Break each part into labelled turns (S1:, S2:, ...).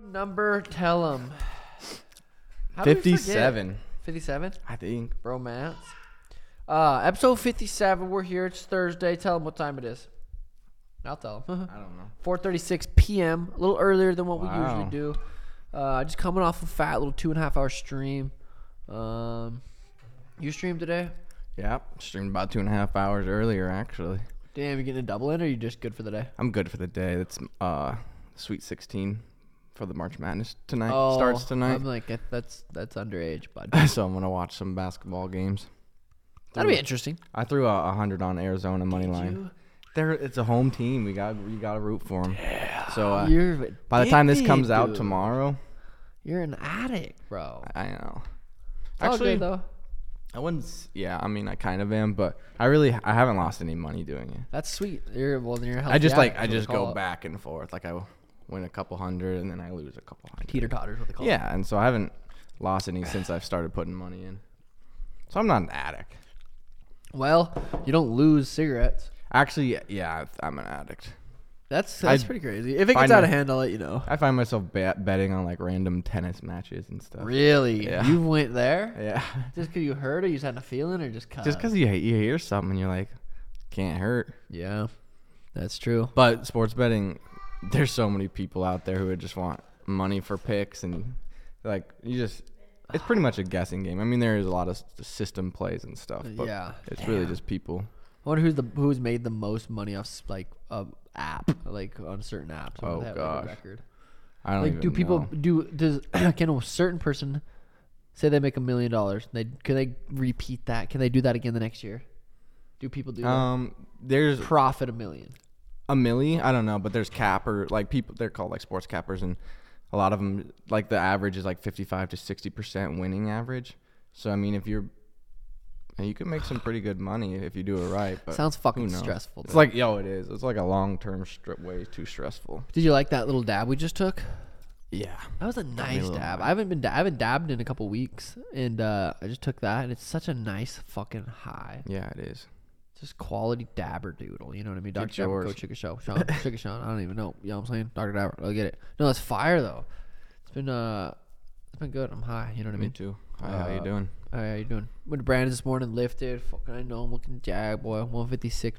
S1: number? Tell them.
S2: 57,
S1: 57?
S2: I think.
S1: Romance. Uh, episode 57. We're here. It's Thursday. Tell them what time it is. I'll tell them.
S2: I don't know.
S1: 4.36 p.m. A little earlier than what we
S2: Wow.
S1: usually do. Uh, just coming off a fat little two and a half hour stream. Um, you streamed today?
S2: Yeah, streamed about two and a half hours earlier, actually.
S1: Damn, you getting a double in or you just good for the day?
S2: I'm good for the day. That's uh, Sweet 16 for the March Madness tonight.
S1: Oh,
S2: Starts tonight.
S1: I'm like, that- that's that's underage, bud.
S2: so I'm going to watch some basketball games.
S1: That'll be interesting.
S2: I threw a 100 on Arizona money line.
S1: you?
S2: There, it's a home team. We got you got to root for them. So uh,
S1: You're
S2: by the time this
S1: addicted,
S2: comes out
S1: dude.
S2: tomorrow,
S1: You're an addict, bro.
S2: I know.
S1: It's all good, though.
S2: I wouldn't. s- Yeah, I mean, I kind of am, but I really I haven't lost any money doing it.
S1: That's sweet. You're well. Then you're a healthy
S2: I just like
S1: addict,
S2: I
S1: is what they
S2: just
S1: call
S2: go
S1: it.
S2: back and forth. Like I win a couple hundred and then I lose a couple hundred.
S1: Teeter totters, what they call it.
S2: Yeah, and so I haven't lost any since I've started putting money in. So I'm not an addict.
S1: Well, you don't lose cigarettes.
S2: Actually, yeah, I'm an addict.
S1: That's that's
S2: I
S1: pretty crazy. If it gets
S2: find
S1: out
S2: my-
S1: of hand, I'll let you know.
S2: I find myself bet betting on like random tennis matches and stuff.
S1: Really?
S2: Yeah.
S1: You went there
S2: Yeah,
S1: just because you heard or you just had a feeling or just cause?
S2: just because you you hear something, and you're like, can't hurt.
S1: Yeah, that's true.
S2: But sports betting, there's so many people out there who would just want money for picks and like you just. It's pretty much a guessing game. I mean, there is a lot of s- system plays and stuff, but
S1: Yeah.
S2: it's really just people.
S1: I wonder who's the who's made the most money off s- like a app like on certain apps. I wonder
S2: Oh,
S1: if they have, like, a
S2: gosh.
S1: record.
S2: I don't
S1: Like,
S2: even
S1: do people
S2: know.
S1: do does can a certain person say they make a million dollars? They can they repeat that? Can they do that again the next year? Do people do that?
S2: Um, there's
S1: profit a million?
S2: a milli. I don't know, but there's capper like people. They're called like sports cappers, and a lot of them like the average is like 55 to 60 percent winning average. So I mean, if you're and you can make some pretty good money if you do it right. But
S1: Sounds fucking
S2: who knows?
S1: stressful.
S2: It's
S1: dude.
S2: like yo, it is. It's like a long term stri- way too stressful.
S1: Did you like that little dab we just took?
S2: Yeah.
S1: That was a nice
S2: little
S1: dab. I haven't been da- I haven't dabbed in a couple weeks, and uh, I just took that, and it's such a nice fucking high.
S2: Yeah, it is.
S1: Just quality dabber doodle. You know what I mean? Doctor Dabber,
S2: yours.
S1: go chick a show, Sean, chick a Sean. I don't even know. You know what I'm saying? Doctor Dabber, I'll get it. No, it's fire though. It's been uh, it's been good. I'm high. You know what I
S2: Me
S1: mean?
S2: too. Hi, how you
S1: Mm. Uh,
S2: doing?
S1: All right, how you doing? Went to Brandon this morning, lifted. Fucking, I know I'm looking jag, boy.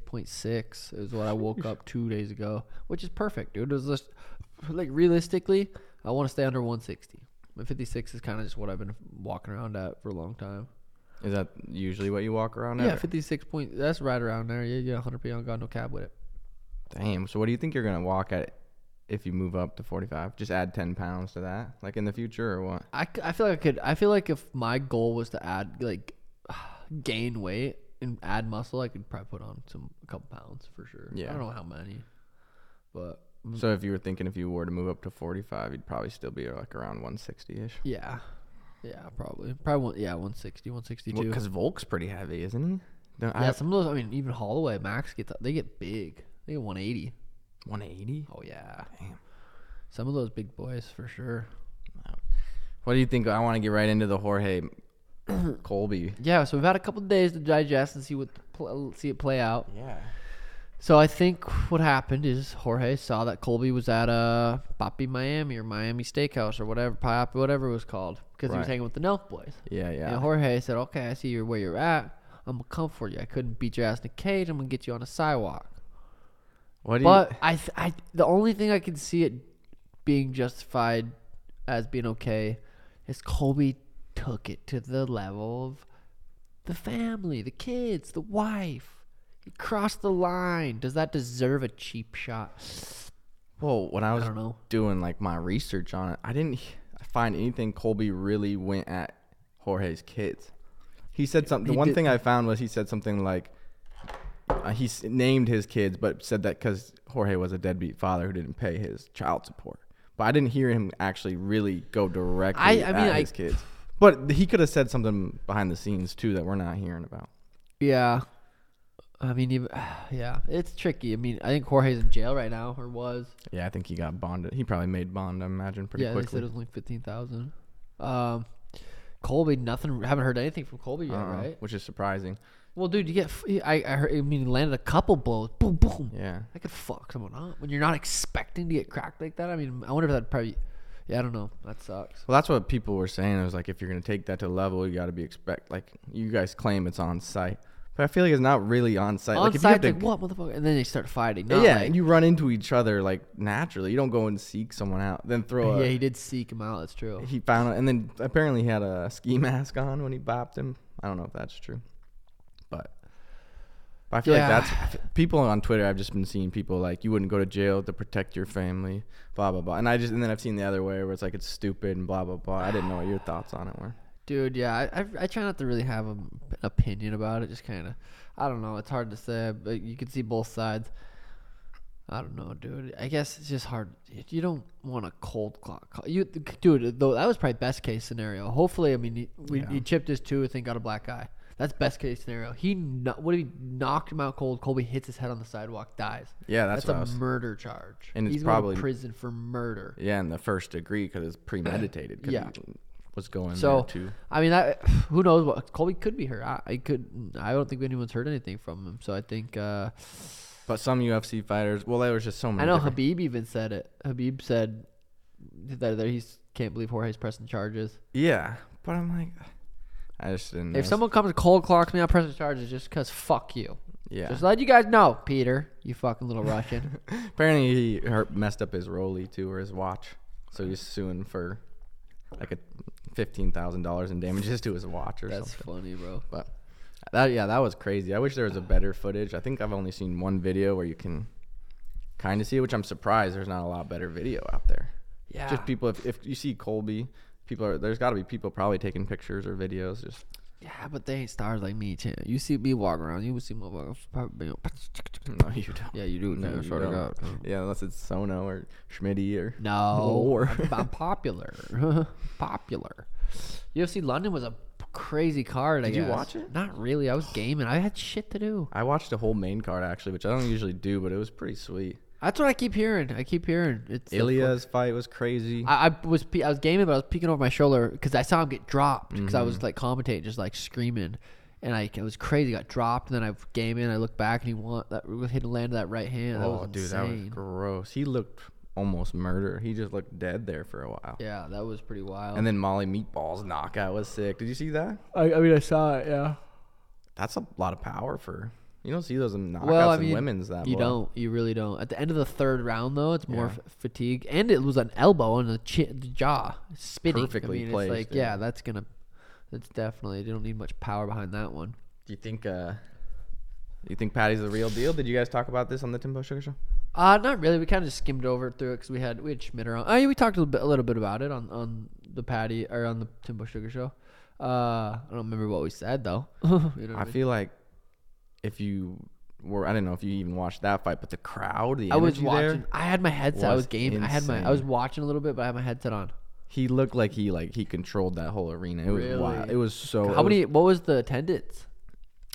S1: 156.6 is what I woke up two days ago, which is perfect, dude. It was just, like, realistically, I want to stay under 160. But 56 is kind of just what I've been walking around at for a long time.
S2: Is that usually what you walk around at?
S1: Yeah, 56 point. That's right around there. Yeah, yeah, 100 pound. Got no cab with it.
S2: Damn. So what do you think you're gonna walk at if you move up to 45? Just add 10 pounds to that, like in the future, or what?
S1: I, c- I feel like I could. I feel like if my goal was to add like gain weight and add muscle, I could probably put on some a couple pounds for sure. I
S2: Yeah.
S1: don't know how many, but
S2: So if you were thinking if you were to move up to 45, you'd probably still be like around 160 ish.
S1: yeah, yeah, probably, probably one, yeah, 160, 162.
S2: Because Volk's pretty heavy, isn't he? No, I
S1: yeah,
S2: have
S1: some of those. I mean, even Holloway, Max gets they get big. They get 180.
S2: 180.
S1: Oh yeah,
S2: Damn.
S1: some of those big boys for sure.
S2: What do you think? I want to get right into the Jorge Colby.
S1: Yeah, so we've had a couple days to digest and see what pl- see it play out.
S2: Yeah.
S1: So I think what happened is Jorge saw that Colby was at a Papi Miami or Miami Steakhouse or whatever Papi whatever it was called because he was
S2: Right.
S1: hanging with the Nelk boys.
S2: Yeah, yeah.
S1: And Jorge said, "Okay, I see you're where you're at. I'm gonna come for you. I couldn't beat your ass in a cage. I'm gonna get you on a sidewalk."
S2: What do
S1: But I, th- I, the only thing I can see it being justified as being okay is Colby took it to the level of the family, the kids, the wife. He crossed the line. Does that deserve a cheap shot?
S2: you? Well, when I was
S1: I don't know.
S2: doing like my research on it, I didn't he- find anything Colby really went at Jorge's kids. He said something. The
S1: He
S2: one
S1: did-
S2: thing I found was he said something like uh, he s- named his kids, but said that because Jorge was a deadbeat father who didn't pay his child support. But I didn't hear him actually really go directly
S1: I- I
S2: at
S1: mean, I-
S2: his kids. But he could have said something behind the scenes too that we're not hearing about.
S1: Yeah. I mean, even, yeah, it's tricky. I mean, I think Jorge's in jail right now, or was.
S2: Yeah, I think he got bonded. He probably made bond. I imagine pretty
S1: yeah,
S2: quickly.
S1: they said it was only fifteen thousand. Um, Colby, nothing. Haven't heard anything from Colby yet,
S2: Uh-uh,
S1: right?
S2: Which is surprising.
S1: Well, dude, you get. f- I I, heard, I mean, he landed a couple blows. Boom, boom.
S2: Yeah.
S1: I could fuck someone up when you're not expecting to get cracked like that. I mean, I wonder if that probably Yeah, I don't know. That sucks.
S2: Well, that's what people were saying. It was like if you're gonna take that to level, you got to be expect like you guys claim it's on site, but I feel like it's not really on site.
S1: On
S2: like if
S1: site,
S2: you
S1: like
S2: have to,
S1: what motherfucker, and then they start fighting.
S2: yeah,
S1: Not
S2: yeah,
S1: like-
S2: and you run into each other like naturally. You don't go and seek someone out, then throw.
S1: yeah,
S2: A,
S1: he did seek him out. That's true.
S2: he found it, and then apparently he had a ski mask on when he bopped him. I don't know if that's true, but, but I feel
S1: Yeah.
S2: like that's people on Twitter. I've just been seeing people like you wouldn't go to jail to protect your family, blah blah blah. And I just and then I've seen the other way where it's like it's stupid and blah blah blah. I didn't know what your thoughts on it were.
S1: Dude, yeah, I, I, I try not to really have an opinion about it. Just kind of, I don't know. It's hard to say, but you can see both sides. I don't know, dude. I guess it's just hard. You don't want a cold clock. call. You, dude, though that was probably best case scenario. Hopefully, I mean, he, we, he chipped his tooth and got a black eye. That's best case scenario. He kno- what if he knocked him out cold? Colby hits his head on the sidewalk, dies.
S2: Yeah, that's, what I
S1: a
S2: was.
S1: murder charge,
S2: And it's
S1: he's going to
S2: probably-
S1: prison for murder.
S2: yeah, in the first degree because it's premeditated. 'cause
S1: Yeah.
S2: he was going
S1: So
S2: there too.
S1: I mean, I, who knows what Colby could be hurt. I, I could. I don't think anyone's heard anything from him. So I think. Uh,
S2: But some UFC fighters, well, there was just so many.
S1: I know
S2: different-
S1: Habib even said it. Habib said that, that he can't believe Jorge's pressing charges.
S2: Yeah, but I'm like, I just didn't. know.
S1: If someone comes and cold clocks me on pressing charges, just cause fuck you.
S2: yeah,
S1: Just let you guys know, Peter. You fucking little Russian.
S2: Apparently, he hurt, messed up his rollie too, or his watch. So he's suing for like a fifteen thousand dollars in damages to his watch or
S1: That's
S2: something.
S1: funny, bro.
S2: But that, yeah, that was crazy. I wish there was a better footage. I think I've only seen one video where you can kind of see it, which I'm surprised there's not a lot better video out there.
S1: Yeah.
S2: Just people. If, if you see Colby, people are there's got to be people probably taking pictures or videos. Just
S1: Yeah, but they ain't stars like me, champ. You see me walk around, you would see motherfuckers. probably be-
S2: no, you don't.
S1: Yeah, you do.
S2: No,
S1: No,
S2: you don't. Yeah, unless it's Sono or Schmitty or
S1: No,
S2: Or-
S1: I'm, I'm popular. popular. UFC London was a p- crazy card. I
S2: Did you
S1: guess.
S2: watch it?
S1: Not really. I was gaming. I had shit to do.
S2: I watched a whole main card actually, which I don't usually do, but it was pretty sweet.
S1: That's what I keep hearing. I keep hearing it's the fu-
S2: Ilya's fight was crazy.
S1: I, I was pe- I was gaming, but I was peeking over my shoulder because I saw him get dropped because I
S2: Mm-hmm.
S1: was like commentating, just like screaming, and I it was crazy. Got dropped, and then I was gaming. I looked back, and he won. That hit land of that right hand. that
S2: oh,
S1: was
S2: dude, that
S1: insane.
S2: was gross. He looked almost murder. He just looked dead there for a while.
S1: yeah, that was pretty wild.
S2: And then Molly Meatball's knockout was sick. Did you see that?
S1: I, I mean, I saw it. Yeah.
S2: That's a lot of power for. You don't see those in knockouts
S1: Well, I
S2: in
S1: mean,
S2: women's that
S1: you
S2: well.
S1: don't, you really don't. At the end of the third round, though, it's more f- fatigue, and it was an elbow on the, chi- the jaw, spinning.
S2: Perfectly
S1: I mean,
S2: placed,
S1: It's like,
S2: yeah.
S1: yeah, that's gonna, that's definitely. You don't need much power behind that one.
S2: Do you think? uh You think Patty's the real deal? Did you guys talk about this on the Timbo Sugar Show?
S1: Uh not really. We kind of just skimmed over through it because we had we had Schmidt around. Oh, yeah, we talked a little bit, a little bit about it on on the Patty or on the Timbo Sugar Show. Uh, I don't remember what we said though. You know what I
S2: I
S1: mean?
S2: feel like if you were, I don't know if you even watched that fight, but the crowd, the energy
S1: I was
S2: there,
S1: watching. I had my headset. I
S2: was
S1: was gaming. I had my. I was
S2: insane.
S1: watching a little bit, but I had my headset on.
S2: He looked like he like he controlled that whole arena. It was
S1: Really?
S2: wild. It was so.
S1: How
S2: Oh, it was-
S1: many? What was the attendance?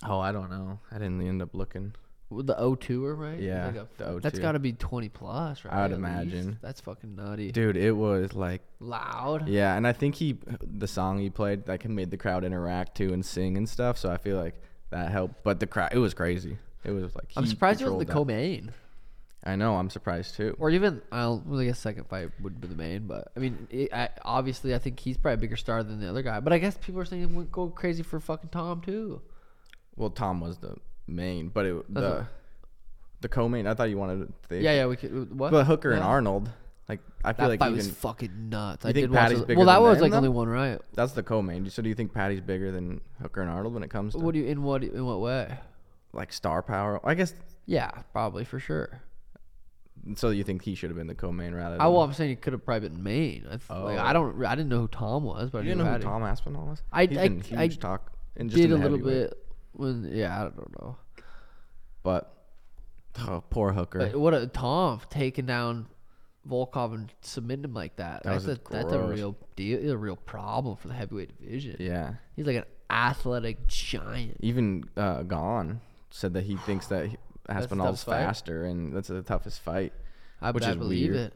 S2: Oh, I don't know. I didn't end up looking.
S1: With the O2 or right? It's
S2: Yeah,
S1: like a-
S2: the O2.
S1: That's got to be 20 plus, right?
S2: I would
S1: at least?
S2: imagine.
S1: That's fucking nutty.
S2: Dude, it was like
S1: Loud.
S2: yeah, and I think he the song he played like made the crowd interact too and sing and stuff. So I feel like that helped. But the crowd, it was crazy. It was like
S1: I'm
S2: he
S1: surprised it wasn't the
S2: controlled
S1: co-main,
S2: that. I know. I'm surprised too.
S1: or even I'll, well, I guess second fight would be the main. But I mean, it, I, obviously, I think he's probably a bigger star than the other guy. But I guess people are saying it would go crazy for fucking Tom too.
S2: Well, Tom was the main, but it
S1: That's
S2: the the co-main. I thought you wanted the
S1: Yeah, yeah, we could. What?
S2: But Hooker and
S1: Yeah.
S2: Arnold, like I feel
S1: That
S2: like
S1: fight
S2: even
S1: was fucking nuts.
S2: You
S1: I
S2: think
S1: did watch
S2: Patty's
S1: it.
S2: bigger
S1: Well, that
S2: than
S1: was
S2: them,
S1: like
S2: though?
S1: only one right.
S2: that's the co-main. So do you think Patty's bigger than Hooker and Arnold when it comes to
S1: What do you in what in what way?
S2: like star power? I guess
S1: Yeah, probably for sure.
S2: So you think he should have been the co-main rather? Than
S1: I well, I'm saying it could have probably been Maine. I, f- like, I don't, I didn't know who Tom was, but
S2: Oh.
S1: I
S2: You didn't
S1: knew
S2: know who
S1: Patty.
S2: Tom Aspinall was?
S1: I-
S2: He's
S1: I-
S2: been huge
S1: I
S2: talk and just
S1: did a
S2: in the
S1: little
S2: heavyweight,
S1: bit when yeah I don't know
S2: but oh, poor Hooker.
S1: but what a Tom taking down Volkov and submitting him like that,
S2: That was
S1: that's a that's a
S2: gross.
S1: real deal a real problem for the heavyweight division
S2: yeah,
S1: he's like an athletic giant
S2: even uh, Gone said that he thinks that he- Aspinall's
S1: tough fight.
S2: faster, and that's the toughest fight.
S1: I,
S2: Which
S1: I
S2: is
S1: believe
S2: weird.
S1: it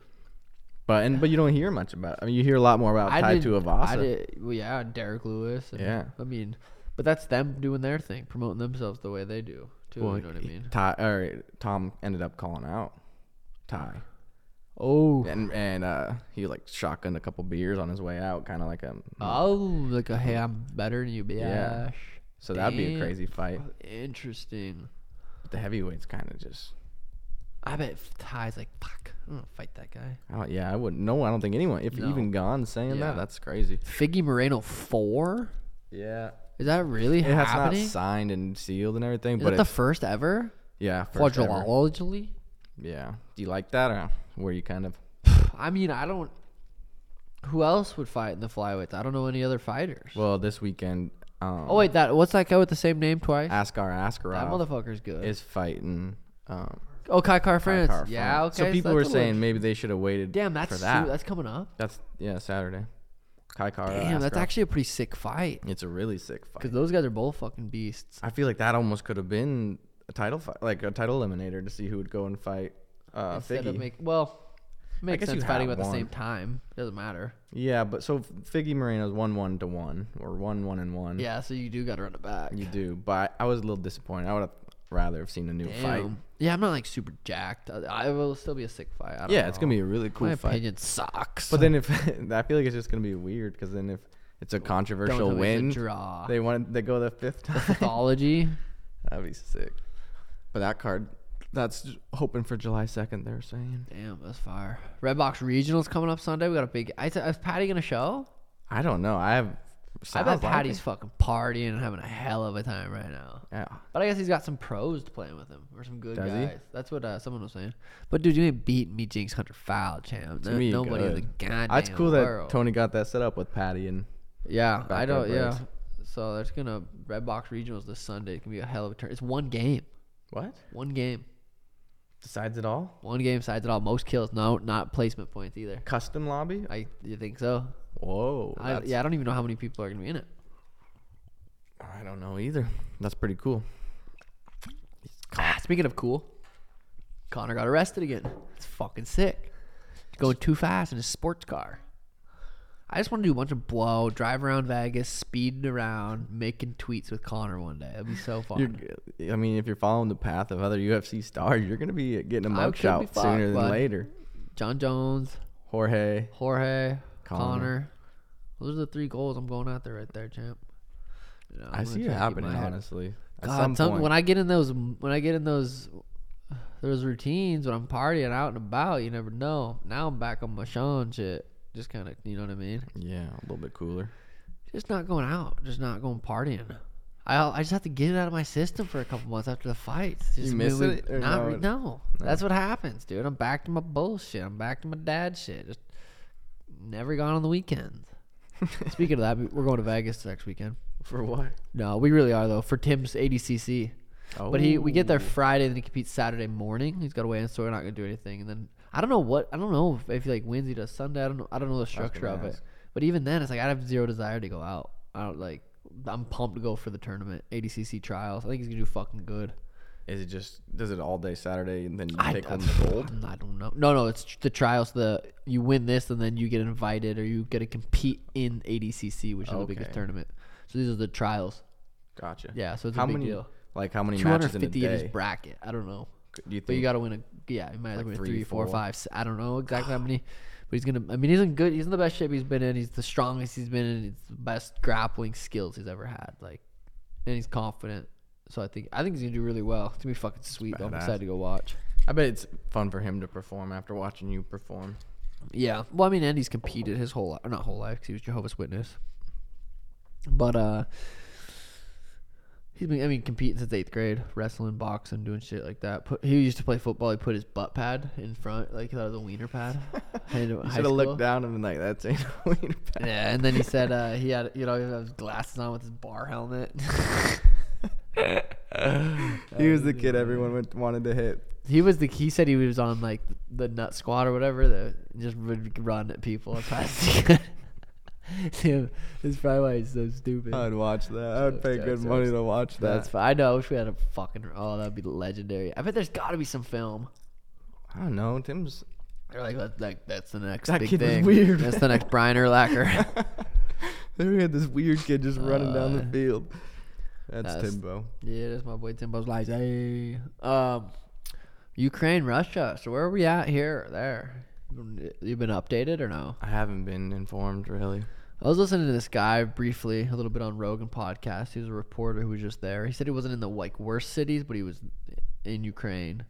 S2: But and but you don't hear much about. I mean, you hear a lot more about
S1: I
S2: Tai
S1: did I
S2: Tuivasa.
S1: did well, yeah and Derek Lewis and,
S2: Yeah.
S1: I mean but that's them doing their thing promoting themselves the way they do too
S2: Well,
S1: you know what I
S2: he-
S1: mean
S2: Ty or Tom ended up calling out Ty
S1: Oh,
S2: and and uh, he like shotgunned a couple beers on his way out, kind of like a
S1: oh, like a hey, I'm better than you, bitch.
S2: Yeah. so that'd be a
S1: damn.
S2: crazy fight.
S1: Interesting.
S2: But the heavyweights kind of just
S1: I bet Ty's like, fuck, I'm gonna fight that guy.
S2: I don't, yeah I wouldn't no I don't think anyone if
S1: No.
S2: even gone
S1: Yeah.
S2: saying that that's crazy.
S1: Figgy Moreno four?
S2: Yeah,
S1: Is that really
S2: it has not
S1: happening? Is
S2: signed and sealed and everything, but
S1: that the
S2: it's,
S1: first ever?
S2: yeah, first ever.
S1: Quadrilogy?
S2: Yeah, do you like that or were you kind of?
S1: I mean, I don't. Who else would fight in the flyweights? I don't know any other fighters.
S2: Well, this weekend, um,
S1: oh wait, that what's that guy with the same name twice?
S2: Askar
S1: that
S2: Askarov
S1: motherfucker's good.
S2: is fighting. Um,
S1: oh, Kai Car France.
S2: Car
S1: Yeah,
S2: Front.
S1: okay.
S2: So people were
S1: that's a little-
S2: saying maybe they should have waited.
S1: damn, that's
S2: for
S1: su-
S2: that.
S1: that's coming up.
S2: That's yeah, Saturday. Kai Car.
S1: Damn, that's
S2: Askarov.
S1: actually a pretty sick fight
S2: It's a really sick
S1: because
S2: fight.
S1: those guys are both fucking beasts.
S2: I feel like that almost could have been a title fight, like a title eliminator, to see who would go and fight uh,
S1: Instead of
S2: Figgy.
S1: make well, makes
S2: guess you
S1: sense fighting
S2: have
S1: about the
S2: one.
S1: same time. Doesn't matter.
S2: yeah, but so Figgy Moreno's one one to one or one one and one.
S1: Yeah, so you do got to run it back.
S2: you do. But I was a little disappointed. I would have rather have seen a new fight.
S1: Damn. Yeah, I'm not like super jacked. I, I will still be a sick fight. I don't
S2: Yeah, it's gonna
S1: know.
S2: be a really cool
S1: my
S2: fight.
S1: opinion sucks.
S2: But then if I feel like it's just gonna be weird because then if it's a controversial
S1: tell me it's a
S2: win,
S1: draw.
S2: they want they go the fifth time.
S1: pathology.
S2: That'd be sick. But that card, that's j- hoping for July second. They're saying.
S1: Damn, that's fire. Red Box Regionals coming up Sunday. We got a big. I said- is Patty gonna show?
S2: I don't know. I have.
S1: I
S2: sounds
S1: bet
S2: like
S1: Patty's
S2: it.
S1: fucking partying and having a hell of a time right now.
S2: Yeah.
S1: But I guess he's got some pros to playing with him or some good
S2: Does he?
S1: guys. That's what uh, someone was saying. But dude, you ain't beating me, Jinx Hunter Foul, champ.
S2: gonna be
S1: nobody in the
S2: good.
S1: goddamn
S2: That's cool that
S1: world.
S2: Tony got that set up with Patty and
S1: yeah, I
S2: Back
S1: don't.
S2: there,
S1: Yeah.
S2: Braves.
S1: So there's gonna Red Box Regionals this Sunday. It can be a hell of a turn. It's one game.
S2: what
S1: One game.
S2: decides it all.
S1: One game sides at all. Most kills. No, not placement points either.
S2: Custom lobby.
S1: I you think so?
S2: Whoa.
S1: I,
S2: that's-
S1: yeah, I don't even know how many people are gonna be in it.
S2: I don't know either. That's pretty cool.
S1: Ah, speaking of cool, Connor got arrested again. It's fucking sick. He's going too fast in his sports car. I just want to do a bunch of blow, drive around Vegas, speeding around, making tweets with Connor one day. That'd be so fun.
S2: You're, g- I mean, if you're following the path of other UFC stars, you're gonna be getting a
S1: I could be
S2: mugshot
S1: fucked,
S2: sooner than
S1: bud.
S2: later.
S1: John Jones,
S2: Jorge.
S1: Jorge, Connor.
S2: Connor.
S1: Those are the three goals I'm going out there right there, champ. You know, I'm
S2: I
S1: gonna
S2: see
S1: try
S2: it
S1: to keep
S2: happening,
S1: my head
S2: honestly. At
S1: God,
S2: some
S1: some-
S2: point.
S1: when I get in those, when I get in those, those routines when I'm partying out and about, you never know. Now I'm back on my Sean shit. Just kind of, you know what I mean?
S2: yeah, a little bit cooler.
S1: Just not going out. Just not going partying. I I just have to get it out of my system for a couple months after the fights. Just
S2: You miss
S1: when
S2: it or
S1: not
S2: no?
S1: re- no. That's what happens, dude. I'm back to my bullshit. I'm back to my dad shit. Just never gone on the weekends. Speaking of that, we- we're going to Vegas next weekend.
S2: For what?
S1: No, we really are though for Tim's ADCC.
S2: Oh.
S1: But he we get there Friday, then he competes Saturday morning. He's got away, and so we're not gonna do anything. And then I don't know what I don't know if, if he like wins, he does Sunday. I don't know. I don't know the structure
S2: gonna
S1: of it.
S2: ask.
S1: But even then, it's like I have zero desire to go out. I don't like. I'm pumped to go for the tournament ADCC trials. I think he's gonna do fucking good.
S2: Is it just does it all day Saturday and then you
S1: I,
S2: take home the gold?
S1: I'm not- I don't know. No, no, it's tr- the trials. The you win this, and then you get invited, or you get to compete in ADCC, which is the biggest
S2: Okay.
S1: tournament. So these are the trials.
S2: Gotcha.
S1: Yeah, so it's a
S2: how
S1: big
S2: many
S1: deal.
S2: like how many
S1: Two
S2: matches
S1: hundred
S2: in a
S1: fifty in his
S2: day?
S1: bracket. I don't know.
S2: Do you
S1: But you
S2: think
S1: gotta win a yeah, you might have to win
S2: three,
S1: three, four,
S2: four.
S1: five, s- I don't know exactly how many. But he's gonna I mean he's in good he's in the best shape he's been in. He's the strongest he's been in, he's the best grappling skills he's ever had. Like and he's confident. So I think I think he's gonna do really well. It's gonna be fucking sweet. though. I'm
S2: badass.
S1: excited to go watch.
S2: I bet it's fun for him to perform after watching you perform.
S1: Yeah. Well I mean Andy's competed his whole life not whole life because he was Jehovah's Witness. But uh He's been, I mean, competing since eighth grade, wrestling, boxing, doing shit like that. Put, he used to play football. He put his butt pad in front, like he thought it was a wiener pad. Should
S2: You should have looked down and been like, "That's ain't a wiener pad."
S1: Yeah, and then he said uh, he had you know he had his glasses on with his bar helmet.
S2: he was the kid everyone went, wanted to hit.
S1: he was the he said he was on like the nut squad or whatever that just would run at people as fast as he could. Damn, that's probably why he's so stupid.
S2: I'd watch that. I would pay
S1: Yeah,
S2: good
S1: so
S2: money
S1: it's-
S2: to watch that.
S1: That's fine. I know. I wish we had a fucking oh that'd be legendary. I bet there's got to be some film.
S2: I don't know. Tim's
S1: They're like, that, like that's the next
S2: That
S1: big
S2: kid was
S1: thing.
S2: weird,
S1: That's the next Brian Urlacher.
S2: Then we had this weird kid just running down the
S1: Uh,
S2: field. That's,
S1: that's-
S2: Timbo.
S1: Yeah, that's my boy Timbo's like, hey. Um, Ukraine, Russia. So where are we at here or there? You've been updated or no?
S2: I haven't been informed really.
S1: I was listening to this guy briefly, a little bit on Rogan podcast. He was a reporter who was just there. He said he wasn't in the like worst cities, but he was in Ukraine.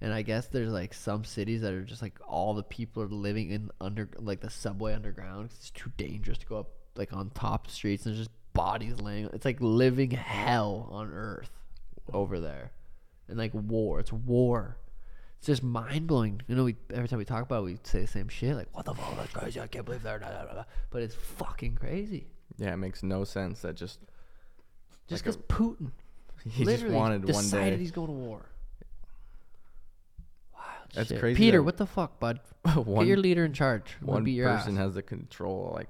S1: And I guess there's like some cities that are just like all the people are living in under like the subway underground. 'cause It's too dangerous to go up like on top streets. And there's just bodies laying. It's like living hell on earth over there, and like war. It's war. It's just mind blowing. You know, we every time we talk about it, we say the same shit. Like, what the fuck? That's crazy. I can't believe they're. Blah, blah, blah. But it's fucking crazy.
S2: Yeah, it makes no sense that just
S1: Just
S2: Like
S1: because Putin
S2: he
S1: literally
S2: just wanted one
S1: decided
S2: day.
S1: he's going to war. Wild
S2: That's
S1: shit.
S2: crazy
S1: Peter,
S2: that-
S1: what the fuck, bud?
S2: one
S1: Get your leader in charge. One
S2: one
S1: beat your
S2: person
S1: ass.
S2: has the control like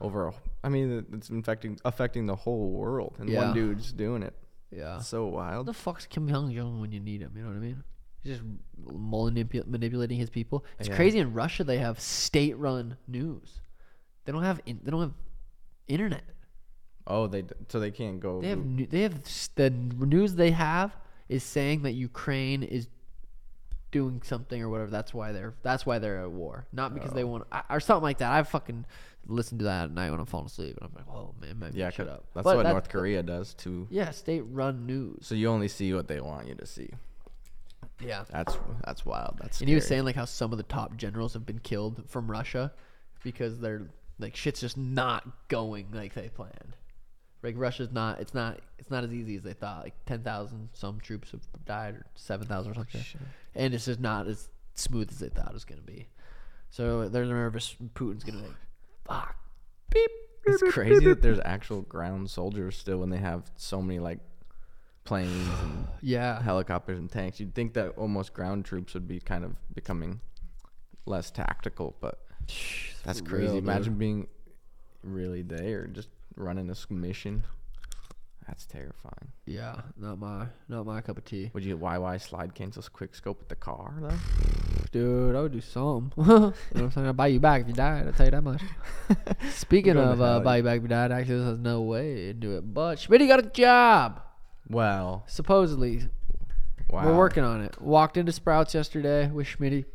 S2: over. A, I mean, it's infecting affecting the whole world, and
S1: Yeah.
S2: one dude's doing it.
S1: yeah.
S2: So
S1: What
S2: wild.
S1: the fuck's Kim Jong Un when you need him? You know what I mean? He's just manipu- manipulating his people. It's
S2: Yeah.
S1: crazy. In Russia, they have state-run news. They don't have. In, they don't have internet.
S2: Oh, they d- so they can't go.
S1: They have new, they have s- the news they have is saying that Ukraine is doing something or whatever. That's why they're that's why they're at war, not because
S2: Oh.
S1: they want I- or something like that. I fucking listen to that at night when I'm falling asleep, and I'm like, oh man, maybe
S2: yeah,
S1: shut
S2: 'cause
S1: up.
S2: that's
S1: But
S2: what
S1: that-
S2: North Korea does too.
S1: Yeah, state-run news.
S2: So you only see what they want you to see.
S1: Yeah,
S2: That's that's wild. That's
S1: and he was
S2: scary.
S1: saying like how some of the top generals have been killed from Russia because they're like shit's just not going like they planned. Like Russia's not it's not it's not as easy as they thought. Like ten thousand some troops have died or seven thousand or something, and it's just not as smooth as they thought it was gonna be. So they're nervous. Putin's gonna be like, fuck, beep.
S2: It's crazy that there's actual ground soldiers still when they have so many like planes and
S1: Yeah,
S2: helicopters and tanks. You'd think that almost ground troops would be kind of becoming less tactical, but that's
S1: For
S2: crazy.
S1: real, dude.
S2: Imagine being really there, just running a s- mission. That's terrifying.
S1: yeah. Not my not my cup of tea,
S2: Would you YY slide cancel quick scope with the car though?
S1: dude. I would do some. you know what I'm saying? I'll buy you back if you died. I'll tell you that much. Speaking
S2: Going to
S1: of uh,
S2: hell,
S1: body bag dad, actually, there's no way into it. But Schmidt got a job.
S2: Well,
S1: Supposedly,
S2: wow.
S1: we're working on it. Walked into Sprouts yesterday with Schmidt, and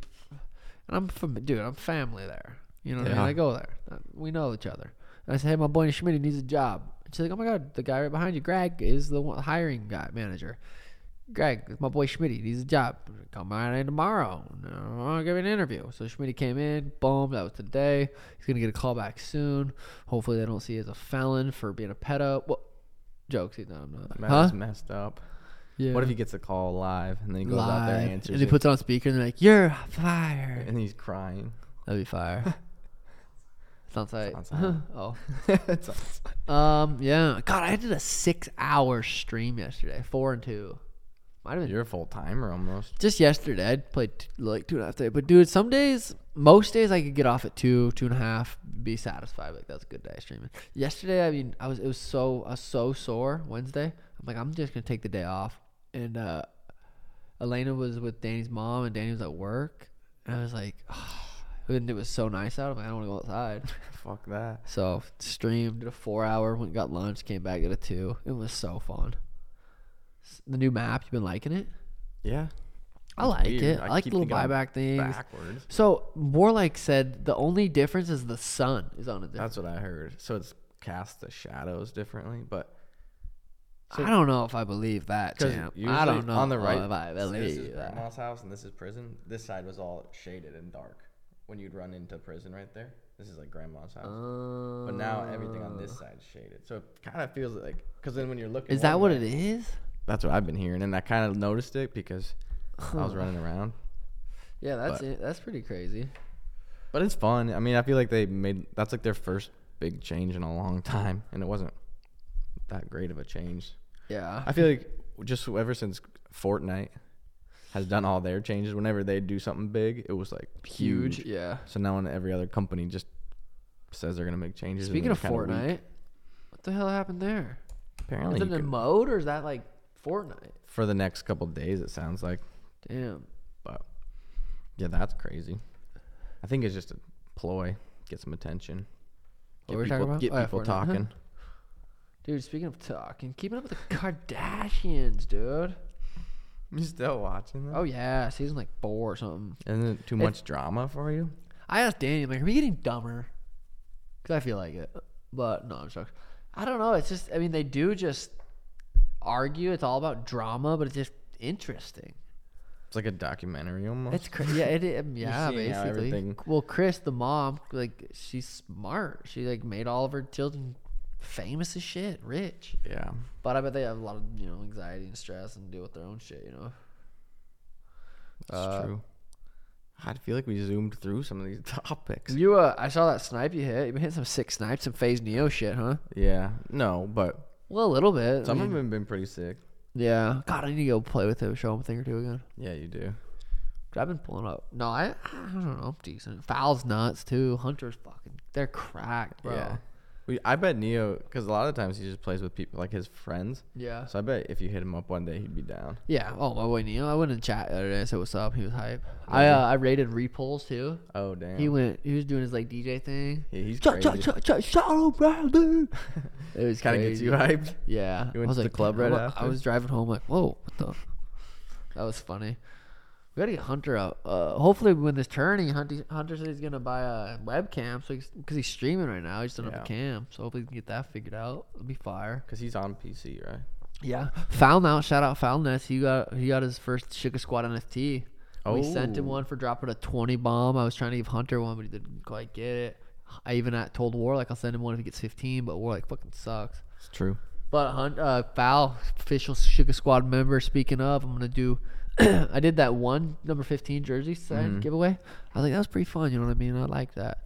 S1: I'm from dude. I'm family there. You know what I
S2: Yeah.
S1: mean? I go there. Uh, We know each other. And I said, hey, my boy Schmidt needs a job. And she's like, oh my god, the guy right behind you, Greg, is the one, hiring guy manager. Greg, my boy Schmidt needs a job. Come on in tomorrow. No, I'll give you an interview. So Schmidt came in. Boom, that was today. He's gonna get a call back soon. Hopefully, they don't see you as a felon for being a pedo. Well, jokes. No, I'm not.
S2: Man,
S1: Huh?
S2: that's messed up.
S1: Yeah.
S2: What if he gets a call live and then he goes out there
S1: Live.
S2: and answers
S1: And he
S2: it,
S1: puts it on speaker and they're like, You're fired.
S2: and he's crying?
S1: That'd be fire. Sounds like
S2: It's on
S1: oh.
S2: It's on-
S1: Um yeah. God, I did a six hour stream yesterday. Four and two. Might have been
S2: You're a full timer almost.
S1: just yesterday. I played t- like two and a half days. But dude, some days most days I could get off at two, two and a half, be satisfied. Like that's a good day of streaming. Yesterday, I mean, I was it was so I was so sore Wednesday. I'm like, I'm just gonna take the day off. And uh Elena was with Danny's mom and Danny was at work. And I was like, and it was so nice out. I'm like, I don't want to go outside.
S2: Fuck that.
S1: So streamed did a four hour, went and got lunch, came back at a two. It was so fun. S- The new map, you been liking it?
S2: Yeah.
S1: I
S2: It's
S1: like
S2: weird.
S1: it. I,
S2: I
S1: like
S2: keep
S1: little
S2: thinking I'm
S1: buyback things.
S2: Backwards.
S1: So Warlike said the only difference is the sun is on a different.
S2: That's what I heard. So it's cast the shadows differently, but
S1: I don't know if I believe that,
S2: because
S1: champ. I don't know
S2: on the right,
S1: if I
S2: so this
S1: believe
S2: is
S1: that.
S2: grandma's house and this is prison. This side was all shaded and dark when you'd run into prison right there. This is like grandma's house,
S1: Um,
S2: but now everything on this side is shaded. So it kind of feels like because then when you're looking,
S1: Oh. Is that
S2: one
S1: what
S2: way-
S1: it is?
S2: That's what I've been hearing, and I kind of noticed it because I was running around.
S1: Yeah, that's
S2: But-
S1: it. That's pretty crazy.
S2: But it's fun. I mean, I feel like they made that's like their first big change in a long time, and it wasn't that great of a change.
S1: Yeah.
S2: I feel like just ever since Fortnite has done all their changes, whenever they do something big, it was like huge.
S1: Yeah.
S2: So now, when every other company just says they're gonna make changes, and
S1: Speaking
S2: they're
S1: of
S2: kinda weak.
S1: Fortnite, what the hell happened there? Is
S2: apparently
S1: it
S2: you
S1: a
S2: could-
S1: mode or is that like Fortnite?
S2: for the next couple days, it sounds like.
S1: Damn.
S2: But yeah, that's crazy. I think it's just a ploy, get some attention,
S1: What
S2: get
S1: were we
S2: people,
S1: talking about?
S2: get
S1: Oh, yeah,
S2: people
S1: Fortnite.
S2: talking.
S1: Dude, speaking of talking, keeping up with the Kardashians, dude.
S2: You still watching that?
S1: Oh yeah, season like four or something.
S2: Isn't it too much drama for you?
S1: I asked Danny, I'm like, are we getting dumber? Because I feel like it. But no, I'm sorry. I don't know. It's just, I mean, they do just argue. It's all about drama, but it's just interesting.
S2: It's like a documentary almost.
S1: It's crazy. Yeah, it, um, yeah,
S2: seeing how
S1: basically.
S2: everything-
S1: Well, Chris, the mom, like, she's smart. She like made all of her children famous as shit, rich.
S2: yeah.
S1: But I bet they have a lot of you know anxiety and stress and deal with their own shit. You know.
S2: That's true. Uh, I feel like we zoomed through some of these topics.
S1: You, uh, I saw that snipe you hit. You've been hitting some sick snipes, some phase neo shit, huh?
S2: Yeah. No, but
S1: Well, a little bit. I
S2: some
S1: mean-
S2: of them have been pretty sick.
S1: Yeah. God, I need to go play with him, show him a thing or two again.
S2: Yeah, you do.
S1: 'Cause I've been pulling up. No, I, I don't know. I'm decent. Fouls nuts too. Hunter's fucking. They're cracked, bro.
S2: Yeah. We, I bet Neo, because a lot of times he just plays with people like his friends.
S1: Yeah.
S2: So I bet if you hit him up one day, he'd be down.
S1: Yeah. Oh my boy Neil. I went in chat the other day. I said what's up. He was hype. I uh, I rated repulls too.
S2: Oh damn.
S1: He went. He was doing his like DJ thing.
S2: yeah, he's
S1: Shut,
S2: crazy.
S1: shut, shut, shut, shut up, bro, dude. It was
S2: Kind of gets
S1: crazy.
S2: you hyped.
S1: Yeah.
S2: You went to the
S1: like,
S2: club
S1: "Damn."
S2: right
S1: I'm like- I
S2: after?
S1: was driving home like, whoa, what the? That was funny. We gotta get Hunter out. Uh, hopefully, we win this tourney. Hunter, Hunter said he's gonna buy a webcam, so because he's streaming right now, he just don't have a
S2: Yeah.
S1: cam. So hopefully, we can get that figured out. It'll be fire.
S2: Cause he's on PC, right?
S1: Yeah, Foul now. Shout out Foul Ness. He got he got his first Sugar Squad NFT. We sent him
S2: Oh.
S1: one for dropping a twenty bomb. I was trying to give Hunter one, but he didn't quite get it. I even at, told Warlike I'll send him one if he gets fifteen, but Warlike fucking sucks.
S2: It's true.
S1: But Hunt, uh, Foul, official Sugar Squad member. Speaking of, I'm gonna do. I did that one number 15 jersey sign giveaway. I was like, that was pretty fun. You know what I mean? I like that.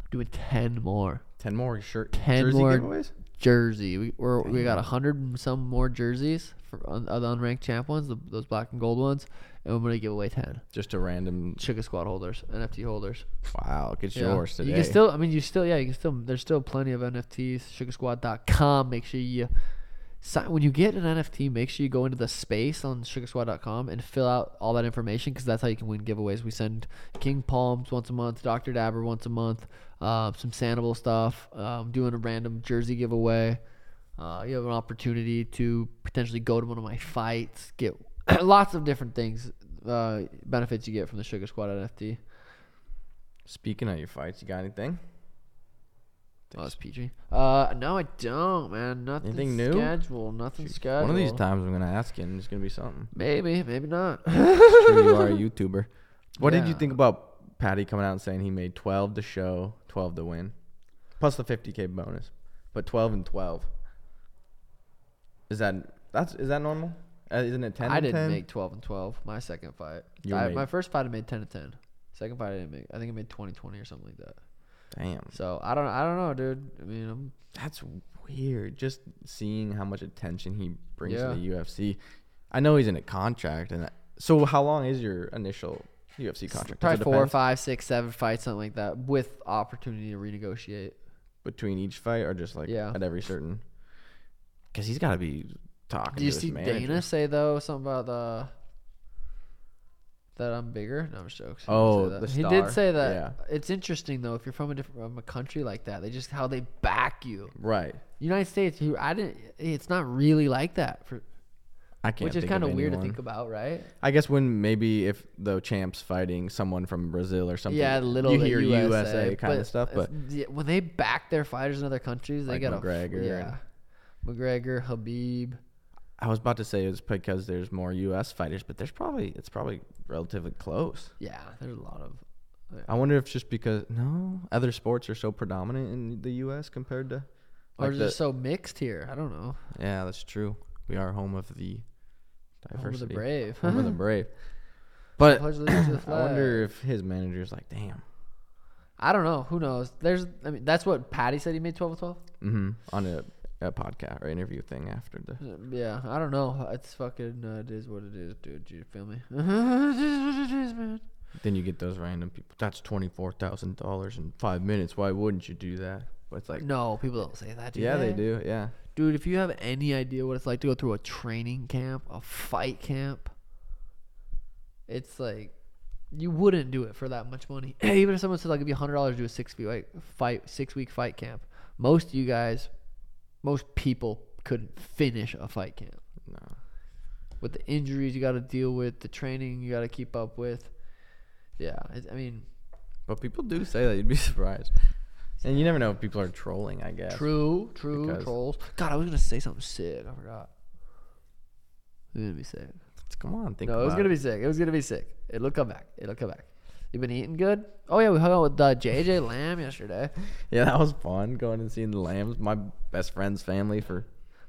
S1: I'm doing 10 more
S2: Ten more shirt.
S1: 10
S2: jersey
S1: more-
S2: giveaways.
S1: jersey. We we're, we got a hundred and some more jerseys for un, uh, the unranked champ ones, the, those black and gold ones, and I'm gonna give away 10
S2: Just a random.
S1: Sugar Squad holders, NFT holders.
S2: Wow, look at
S1: Yeah.
S2: yours today.
S1: You can still, I mean, you still, yeah, you can still. There's still plenty of NFTs. SugarSquad.com. Make sure you sign when you get an NFT. Make sure you go into the space on SugarSquad.com and fill out all that information because that's how you can win giveaways. We send King Palms once a month, Doctor Dabber once a month, uh, some Sanibel stuff. Um, doing a random jersey giveaway. Uh, you have an opportunity to potentially go to one of my fights. Get lots of different things, uh, benefits you get from the Sugar Squad NFT.
S2: Speaking of your fights, you got anything?
S1: Oh, it's PG. Uh, no, I don't, man. Nothing
S2: Anything new?
S1: scheduled. Nothing scheduled.
S2: One of these times, I'm gonna ask you, and it's gonna be something.
S1: Maybe, maybe not.
S2: Sure you are a YouTuber. What did you
S1: Yeah.
S2: think about Patty coming out and saying he made 12 to show, 12 to win, plus the 50k bonus, but 12 and 12? Is that that's is that normal? Uh, isn't it 10?
S1: I
S2: and
S1: didn't
S2: 10?
S1: make twelve and twelve. My second fight.
S2: You
S1: I,
S2: made-
S1: my first fight I made ten and ten. Second fight I didn't make. I think I made 20, 20 or something like that.
S2: Damn,
S1: So I don't. I don't know, dude. I mean, I'm,
S2: that's weird. Just seeing how much attention he brings
S1: Yeah.
S2: to the UFC. I know he's in a contract, and that, so how long is your initial UFC contract? Does
S1: probably
S2: it
S1: four,
S2: depend
S1: five, six, seven fights, something like that, with opportunity to renegotiate.
S2: between each fight, or just like
S1: Yeah.
S2: at every certain? Because he's got to be talking.
S1: Do you
S2: to
S1: see
S2: his manager.
S1: Dana say though something about the that I'm bigger? No, I'm just joking. He didn't say
S2: Oh,
S1: that.
S2: the
S1: he did
S2: star.
S1: say that.
S2: Yeah.
S1: It's interesting though if you're from a different from a country like that, they just how they back you.
S2: Right.
S1: United States, you, I didn't. It's not really like that, for,
S2: I can't.
S1: which is
S2: kind of
S1: weird to think about, right?
S2: I guess when maybe if the champs fighting someone from Brazil or something,
S1: Yeah, a little
S2: you
S1: bit
S2: hear
S1: USA,
S2: kind
S1: but
S2: of stuff, but
S1: it's- yeah, when they back their fighters in other countries, they
S2: Like
S1: got
S2: McGregor and-
S1: yeah, McGregor, Habib.
S2: I was about to say it's because there's more U.S. fighters, but there's probably it's probably relatively close.
S1: Yeah, there's a lot of
S2: I wonder if it's just because no other sports are so predominant in the U.S. compared to,
S1: or
S2: like the-
S1: just so mixed here. I don't know.
S2: yeah, that's true. We are home of the
S1: Home of the
S2: diversity,
S1: brave.
S2: Home of the brave. But
S1: Pledge allegiance to the
S2: I wonder
S1: flag.
S2: if his manager's like, damn,
S1: I don't know. Who knows? There's. I mean, that's what Patty said. He made twelve of twelve.
S2: mm-hmm, on a, a podcast or interview thing after the
S1: Yeah, I don't know. It's fucking. Uh, it is what it is, dude. You feel me? It is what it is, man.
S2: Then you get those random people. That's twenty four thousand dollars in five minutes. Why wouldn't you do that? But it's like,
S1: No, people don't say that. Do
S2: yeah, they do. Yeah,
S1: Dude, if you have any idea what it's like to go through a training camp, a fight camp, it's like you wouldn't do it for that much money. Even if someone says I'll give you hundred dollars to do a six week like, fight six week fight camp, most of you guys, most people couldn't finish a fight camp.
S2: no.
S1: with the injuries you got to deal with, the training you got to keep up with. Yeah, it, I mean,
S2: But people do say that. You'd be surprised. And you never know if people are trolling, I guess.
S1: true, true
S2: because-
S1: trolls. God, I was gonna say something sick. I forgot. It's gonna be sick.
S2: Come on, think
S1: no, it
S2: about
S1: was gonna be sick. It was gonna be sick. It'll come back. It'll come back. You've been eating good. Oh yeah, we hung out with uh, JJ Lamb yesterday.
S2: Yeah, that was fun going and seeing the lambs. My best friend's family for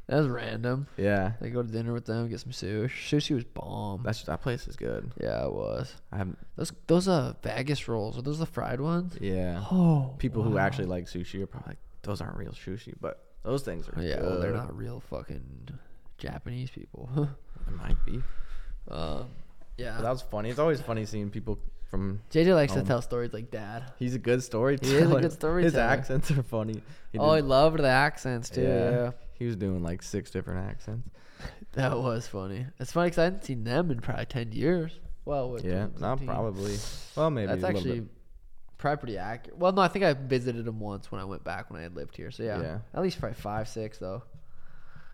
S1: That was random.
S2: yeah.
S1: I go to dinner with them, get some sushi. Sushi was bomb.
S2: That's that place is good.
S1: Yeah, it was.
S2: I haven't.
S1: Those those uh Vegas rolls. Are those the fried ones?
S2: Yeah.
S1: Oh,
S2: People who actually like sushi are probably like, those aren't real sushi, but those things are.
S1: yeah, uh,
S2: good.
S1: well, they're not real fucking Japanese people.
S2: It might be.
S1: um,
S2: But
S1: yeah.
S2: that was funny. It's always funny seeing people from.
S1: JJ likes to
S2: Um,
S1: tell stories like Dad.
S2: He's a good storyteller.
S1: good
S2: His
S1: storyteller.
S2: accents are funny. He
S1: Oh, I
S2: did-
S1: loved the accents too. Yeah.
S2: He was doing like six different accents.
S1: that was funny. It's funny because I hadn't seen them in probably ten years. Well, what,
S2: Yeah,
S1: 10,
S2: not
S1: 15?
S2: probably. Well, maybe
S1: That's
S2: a little
S1: actually
S2: bit.
S1: probably pretty accurate. Well, no, I think I visited him once when I went back when I had lived here. So yeah,
S2: Yeah.
S1: at least probably five, six though.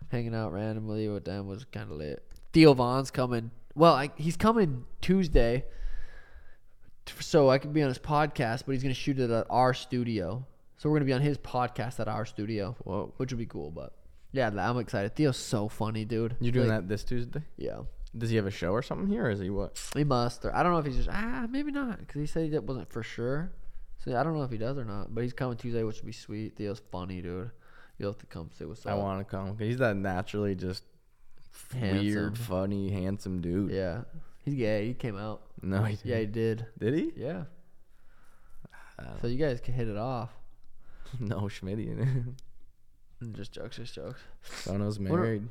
S1: Hanging out randomly with them was kind of lit. Theo Vaughn's coming. Well, I, he's coming Tuesday, t- so I could be on his podcast. But he's gonna shoot it at our studio, so we're gonna be on his podcast at our studio,
S2: Whoa,
S1: which would be cool. But yeah, I'm excited. Theo's so funny, dude.
S2: you're doing that this Tuesday?
S1: that? Yeah.
S2: Does he have a show or something here? Or is he what?
S1: He must. Or I don't know if he's just ah, maybe not because he said that wasn't for sure. So I don't know if he does or not. But he's coming Tuesday, which would be sweet. Theo's funny, dude. You'll have to come say what's
S2: I
S1: up.
S2: want to come. He's that naturally just
S1: Handsome.
S2: weird, funny, handsome dude.
S1: Yeah, he's gay. He came out.
S2: No, he
S1: Yeah, he did.
S2: did he?
S1: Yeah.
S2: Mm-hmm. Uh,
S1: So you guys can hit it off.
S2: No, Schmidt.
S1: Just jokes, just jokes.
S2: Sono's married.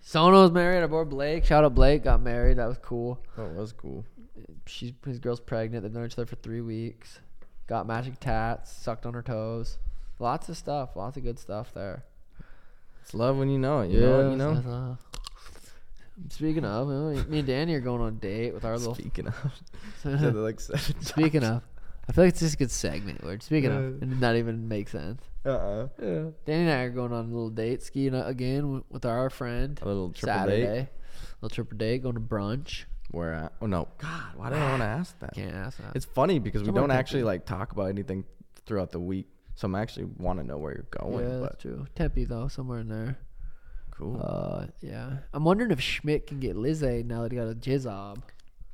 S1: Sono's married. Our boy Blake. Shout out Blake. Got married. That was cool.
S2: that was cool.
S1: She's his girl's pregnant. They've known each other for three weeks. Got magic tats. Sucked on her toes. Lots of stuff. Lots of good stuff there.
S2: It's love when you know it. You know it, you know.
S1: know. uh, Speaking of, uh, me and Danny are going on a date with our little.
S2: Speaking of, said it like seven
S1: speaking of, I feel like it's just a good segment. Word. Speaking of,
S2: Yeah.
S1: it did not even make sense.
S2: Uh
S1: Uh-uh.
S2: uh Yeah.
S1: Danny and I are going on a little date skiing uh, again w- with our friend
S2: A little triple
S1: Saturday.
S2: date.
S1: Little triple date, going to brunch.
S2: Where at? Oh no, God! Why did I want to ask that?
S1: Can't ask that.
S2: It's funny because we
S1: Someone
S2: don't
S1: picked
S2: actually
S1: it.
S2: like talk about anything throughout the week, so I'm actually want to know where you're going.
S1: yeah,
S2: but
S1: that's true. Tempe though, somewhere in there.
S2: cool.
S1: Uh, yeah. I'm wondering if Schmidt can get Lizzie now that he got a jizzob.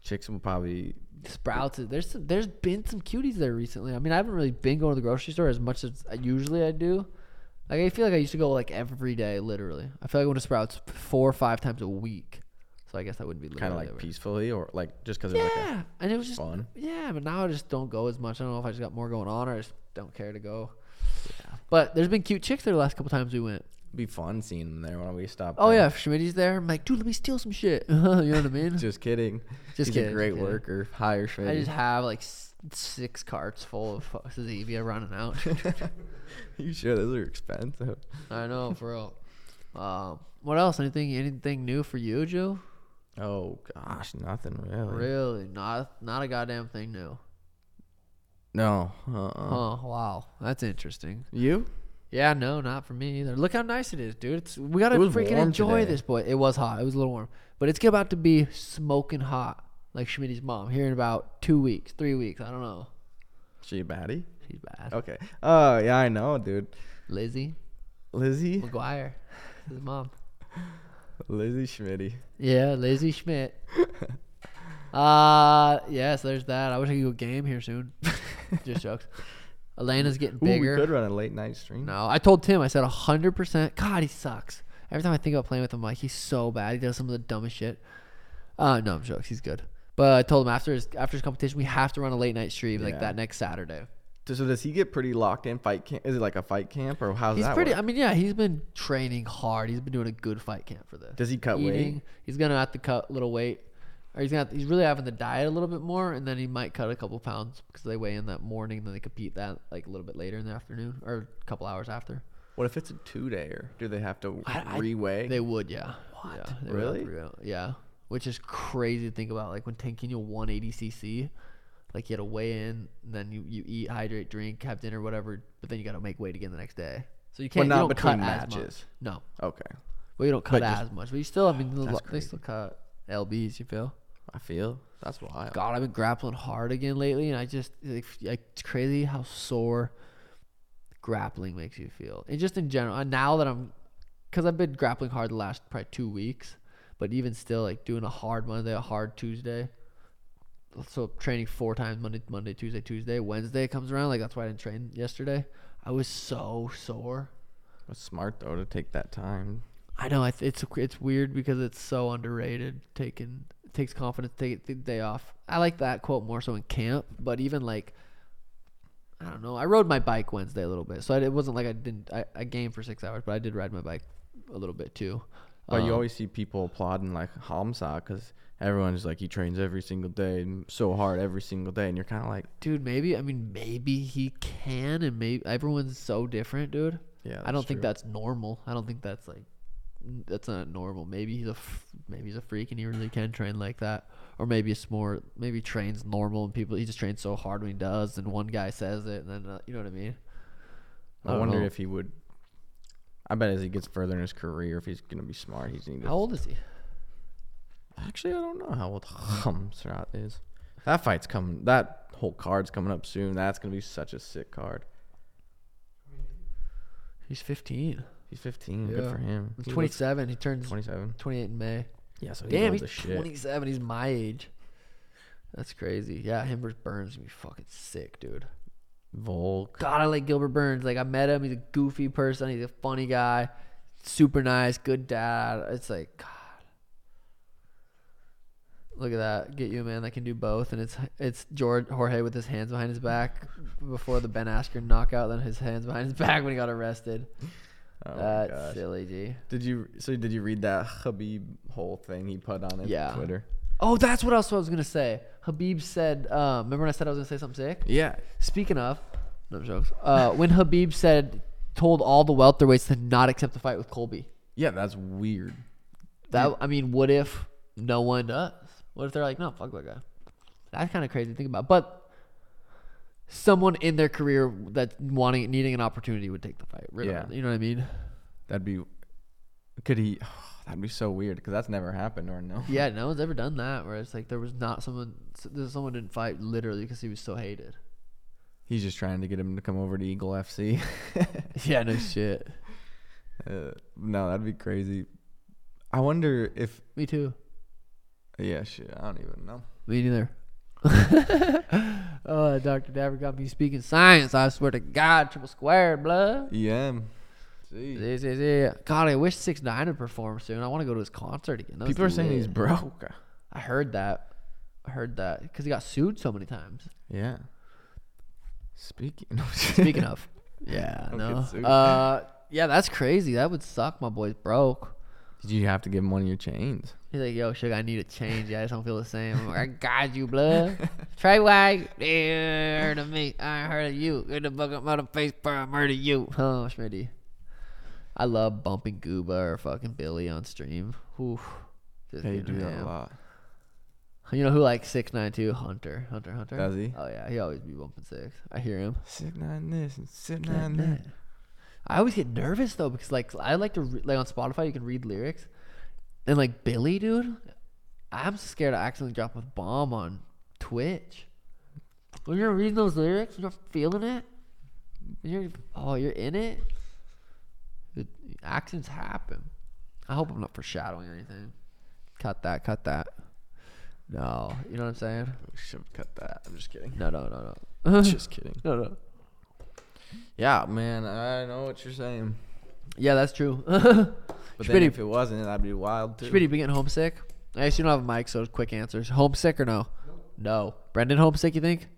S2: Chicks will probably
S1: Sprouts. is- There's some, there's been some cuties there recently. I mean, I haven't really been going to the grocery store as much as I usually I do. Like I feel like I used to go like every day, literally. I feel like I went to Sprouts four or five times a week. So I guess that wouldn't be
S2: kind of
S1: literally
S2: like
S1: every-
S2: peacefully or like just because
S1: Yeah,
S2: there's like
S1: and it was
S2: a
S1: just
S2: fun.
S1: yeah, but now I just don't go as much. I don't know if I just got more going on or I just don't care to go. But there's been cute chicks there the last couple times we went.
S2: Be fun seeing them there when we stop.
S1: Oh
S2: there.
S1: yeah, if Schmidty's there. I'm like, dude, let me steal some shit. you know what I mean?
S2: Just kidding.
S1: Just
S2: He's
S1: kidding,
S2: a
S1: just
S2: great
S1: kidding.
S2: worker. Hire Schmidt.
S1: I just have like s- six carts full of fu- Zevia running out.
S2: you sure those are expensive?
S1: I know for real. Um, what else? Anything? Anything new for you, Joe?
S2: Oh gosh, nothing really.
S1: Really? Not not a goddamn thing new.
S2: No. Uh-uh.
S1: Oh wow, that's interesting.
S2: You?
S1: Yeah, no, not for me either. Look how nice it is, dude. It's, we gotta
S2: It was
S1: freaking
S2: warm
S1: enjoy
S2: today.
S1: this, boy. It was hot. It was a little warm, but it's about to be smoking hot, like Schmidt's mom. Here in about two weeks, three weeks. I don't know.
S2: She a baddie?
S1: She's bad.
S2: Okay. Oh yeah, I know, dude.
S1: Lizzie
S2: Lizzie,
S1: McGuire, his mom.
S2: Lizzie Schmitty.
S1: Yeah, Lizzie Schmidt. uh yes, there's that. I wish I could go game here soon. Just jokes. Elena's getting
S2: Ooh, we
S1: bigger.
S2: could run a late night stream.
S1: no, I told Tim. I said hundred percent. God, he sucks. Every time I think about playing with him, like he's so bad. He does some of the dumbest shit. Uh no, I'm jokes. He's good. But I told him after his after his competition, we have to run a late night stream like
S2: Yeah.
S1: that next Saturday.
S2: So does he get pretty locked in fight camp? Is it like a fight camp or how's
S1: He's
S2: that?
S1: pretty.
S2: work?
S1: I mean, yeah, he's been training hard. He's been doing a good fight camp for this.
S2: Does he cut weight?
S1: He's gonna have to cut a little weight, or he's gonna. Have, he's really having to diet a little bit more, and then he might cut a couple pounds because they weigh in that morning, then they compete that like a little bit later in the afternoon or a couple hours after.
S2: What if it's a two day or do they have to
S1: I- I-
S2: reweigh?
S1: They would, yeah. What? Yeah, they would have
S2: Really?
S1: to go- yeah. Which is crazy to think about. Like when Tankino 180cc, like you had to weigh in, and then you, you eat, hydrate, drink, have dinner, whatever, but then you got to make weight again the next day. So you can't.
S2: not
S1: you don't cut
S2: between
S1: as much.
S2: matches.
S1: No.
S2: okay.
S1: Well, you don't cut
S2: But just-
S1: as much, but you still. I mean, the,
S2: That's
S1: lo- they
S2: crazy.
S1: still cut. lbs. You feel?
S3: I feel that's wild.
S1: God, I've been grappling hard again lately, and I just like, f- like it's crazy how sore grappling makes you feel, and just in general. And now that I'm, because I've been grappling hard the last probably two weeks, but even still, like doing a hard Monday, a hard Tuesday. So training four times Monday, Monday, Tuesday, Tuesday, Wednesday comes around. Like that's why I didn't train yesterday. I was so sore.
S2: It's smart though to take that time.
S1: I know it's it's it's weird because it's so underrated. Taking it takes confidence to take the day off. I like that quote more so in camp, but even like I don't know. I rode my bike Wednesday a little bit, so I, it wasn't like I didn't I, I gamed for six hours, but I did ride my bike a little bit too.
S2: But
S1: Um,
S2: you always see people applauding like Hamza because everyone's like he trains every single day and so hard every single day, and you're kind of like,
S1: dude, maybe I mean maybe he can, and maybe everyone's so different, dude.
S2: yeah.
S1: I don't
S2: that's
S1: think
S2: true.
S1: that's normal. I don't think that's like n- that's not normal. Maybe he's a f- maybe he's a freak and he really can train like that, or maybe it's more maybe he trains normal and people he just trains so hard when he does, and one guy says it, and then uh, you know what I mean. I
S2: I,
S1: don't
S2: wonder
S1: know.
S2: if he would. I bet as he gets further in his career, if he's gonna be smart, he's gonna.
S1: How old is he?
S2: Actually, I don't know how old Hamzat is. That fight's coming. That whole card's coming up soon. That's gonna be such a sick card.
S1: He's 15.
S2: He's 15. Good
S1: Yeah.
S2: for him.
S1: He's
S2: He
S1: 27. He turns
S2: looks 27.
S1: 28 in May.
S2: Yeah, so he's
S1: Damn,
S2: old
S1: he's
S2: as shit.
S1: 27. He's my age. That's crazy. Yeah, him versus Burns is gonna be fucking sick, dude.
S2: Volk.
S1: God, I like Gilbert Burns. Like I met him. He's a goofy person. He's a funny guy. Super nice. Good dad. It's like God. Look at that. Get you a man that can do both. And it's it's George Jorge with his hands behind his back before the Ben Askren knockout. Then his hands behind his back when he got arrested.
S2: Oh my
S1: That's
S2: gosh.
S1: silly, G.
S2: Did you so did you read that Habib whole thing he put on his
S1: Yeah.
S2: Twitter?
S1: Oh, that's what else I was gonna say. Habib said. Uh, remember when I said I was gonna say something sick?
S2: Yeah.
S1: Speaking of, no jokes. Uh, when Habib said, told all the welterweights to not accept the fight with Colby.
S2: Yeah, that's weird.
S1: That I mean, what if no one does? What if they're like, no, fuck that guy? That's kind of crazy to think about. But someone in their career that's wanting needing an opportunity would take the fight. Really,
S2: Yeah.
S1: you know what I mean?
S2: That'd be could he that'd be so weird because that's never happened or no.
S1: Yeah, no one's ever done that. Where it's like there was not someone, s- there- someone didn't fight literally because he was so hated.
S2: He's just trying to get him to come over to Eagle FC.
S1: Yeah, no shit.
S2: Uh, no, that'd be crazy. I wonder if
S1: Me too.
S2: yeah, shit, I don't even know.
S1: Me neither. oh, Doctor Dabber got me speaking science. I swear to God, triple square, blood.
S2: EM. E Jeez.
S1: Yeah, yeah, yeah. God, I wish Six Nine would perform soon. I want to go to his concert again. That was
S2: People are saying
S1: lit.
S2: he's broke.
S1: I heard that. I heard that because he got sued so many times.
S2: Yeah. Speaking of
S1: Speaking of, yeah,
S2: Don't
S1: no,
S2: get sued.
S1: uh, yeah, that's crazy. That would suck. My boy's broke.
S2: Did you have to give him one of your chains?
S1: He's like, yo, sugar, I need a change. Yeah, I just don't feel the same. I'm like, I got you, blood. Trey White, you ain't heard of me. I ain't heard of you. Get the fuck up my face, bro. I murder you. Oh, Schmitty. I love bumping Gooba or fucking Billy on stream. Oof. Just
S2: Yeah, you
S1: getting
S2: do that a
S1: ham.
S2: lot.
S1: You know who like six nine two Hunter Hunter Hunter?
S2: Does he?
S1: Oh yeah, he always be bumping six. I hear him.
S2: Sit nine this and sit
S1: Nah,
S2: nine
S1: nah.
S2: that.
S1: I always get nervous though because like I like to re- like on Spotify you can read lyrics, and like Billy dude, I'm scared I accidentally drop a bomb on Twitch. When you're reading those lyrics, you're feeling it. and You're oh you're in it. It- Accidents happen. I hope I'm not foreshadowing anything. Cut that. Cut that. No, you know what I'm saying.
S2: We should Oh, cut that. I'm just kidding.
S1: No, no, no, no.
S2: just kidding.
S1: no, no.
S2: Yeah, man, I know what you're saying.
S1: Yeah, that's true.
S2: But then
S1: Schmitty.
S2: if it wasn't, that'd be wild too.
S1: Schmitty, you been getting homesick? I guess you don't have a mic, so quick answers. Homesick or no? No. Brendan homesick, you think?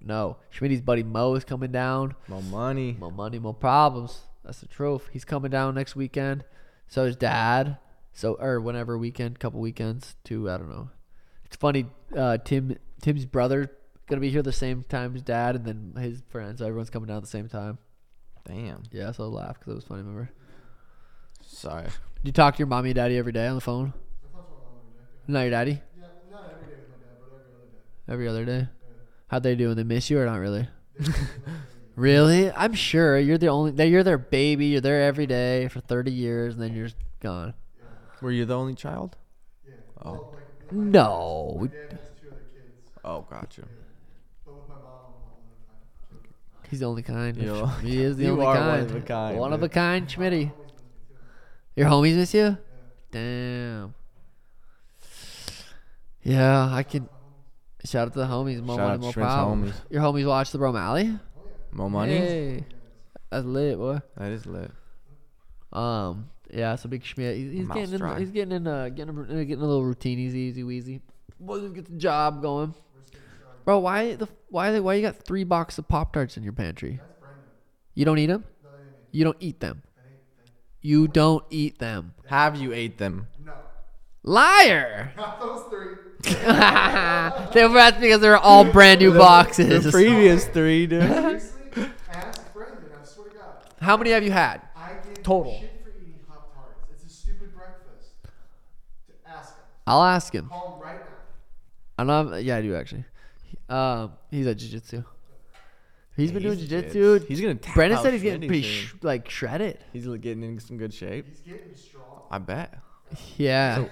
S1: No. Schmitty's buddy Mo is coming down.
S2: My money.
S1: More money, more problems. That's the truth. He's coming down next weekend. So is dad. So or whenever weekend, couple weekends, two, I don't know. It's funny, uh, Tim Tim's brother gonna be here the same time as dad and then his friends. So everyone's coming down at the same time.
S2: Damn.
S1: Yeah, so I laughed because it was funny, remember?
S2: Sorry.
S1: Do you talk to your mommy and daddy every day on the phone? Not your daddy? Every other day. How'd they do? When they miss you or not really? really? I'm sure you're the only. They, you're their baby. You're there every day for 30 years, and then you're just gone.
S2: Were you the only child?
S4: Yeah.
S2: Oh.
S4: Well, like,
S1: No,
S2: Oh, gotcha.
S1: he's the only kind.
S2: Yo.
S1: He is the
S2: You
S1: only
S2: are
S1: kind.
S2: one of a kind,
S1: One of
S2: dude.
S1: a kind, Schmitty. Your homies miss you? Damn. Yeah, I can. Shout out to the homies. Mo
S2: Shout
S1: money,
S2: out
S1: mo
S2: to Shrimps
S1: power.
S2: homies.
S1: Your homies watch the Bro Malley?
S2: Mo money.
S1: Hey. That's lit, boy.
S2: That is lit.
S1: Um, yeah, so Big Schmidt, he's, he's
S2: Mouse
S1: getting in,
S2: dry.
S1: he's getting in, uh, getting a, uh, getting a little routine. He's easy wheezy. Boys let's get the job going, bro. Why the why the, why you got three boxes of Pop Tarts in your pantry? You don't eat them. You don't eat them. You don't eat them.
S2: Have you ate them?
S1: Liar!
S4: Not those three.
S1: they were that's because they were all brand new
S2: The
S1: boxes.
S2: previous three, dude.
S4: Seriously? Ask Brendan. I swear to God.
S1: How many have you had?
S4: I give
S1: Total.
S4: Total. shit for eating Hot Tarts. It's a stupid breakfast. To ask him.
S1: I'll ask him.
S4: Call him right now.
S1: I know. I've- Yeah, I do actually. He- Um, he's at jujitsu. He's been doing
S2: He's
S1: jujitsu.
S2: He's gonna. Tap
S1: Brandon
S2: out
S1: said he's getting
S2: Schmitty
S1: pretty
S2: soon.
S1: sh- like shredded.
S2: He's getting in some good shape.
S4: He's getting strong.
S2: I bet.
S1: Yeah,
S4: I, I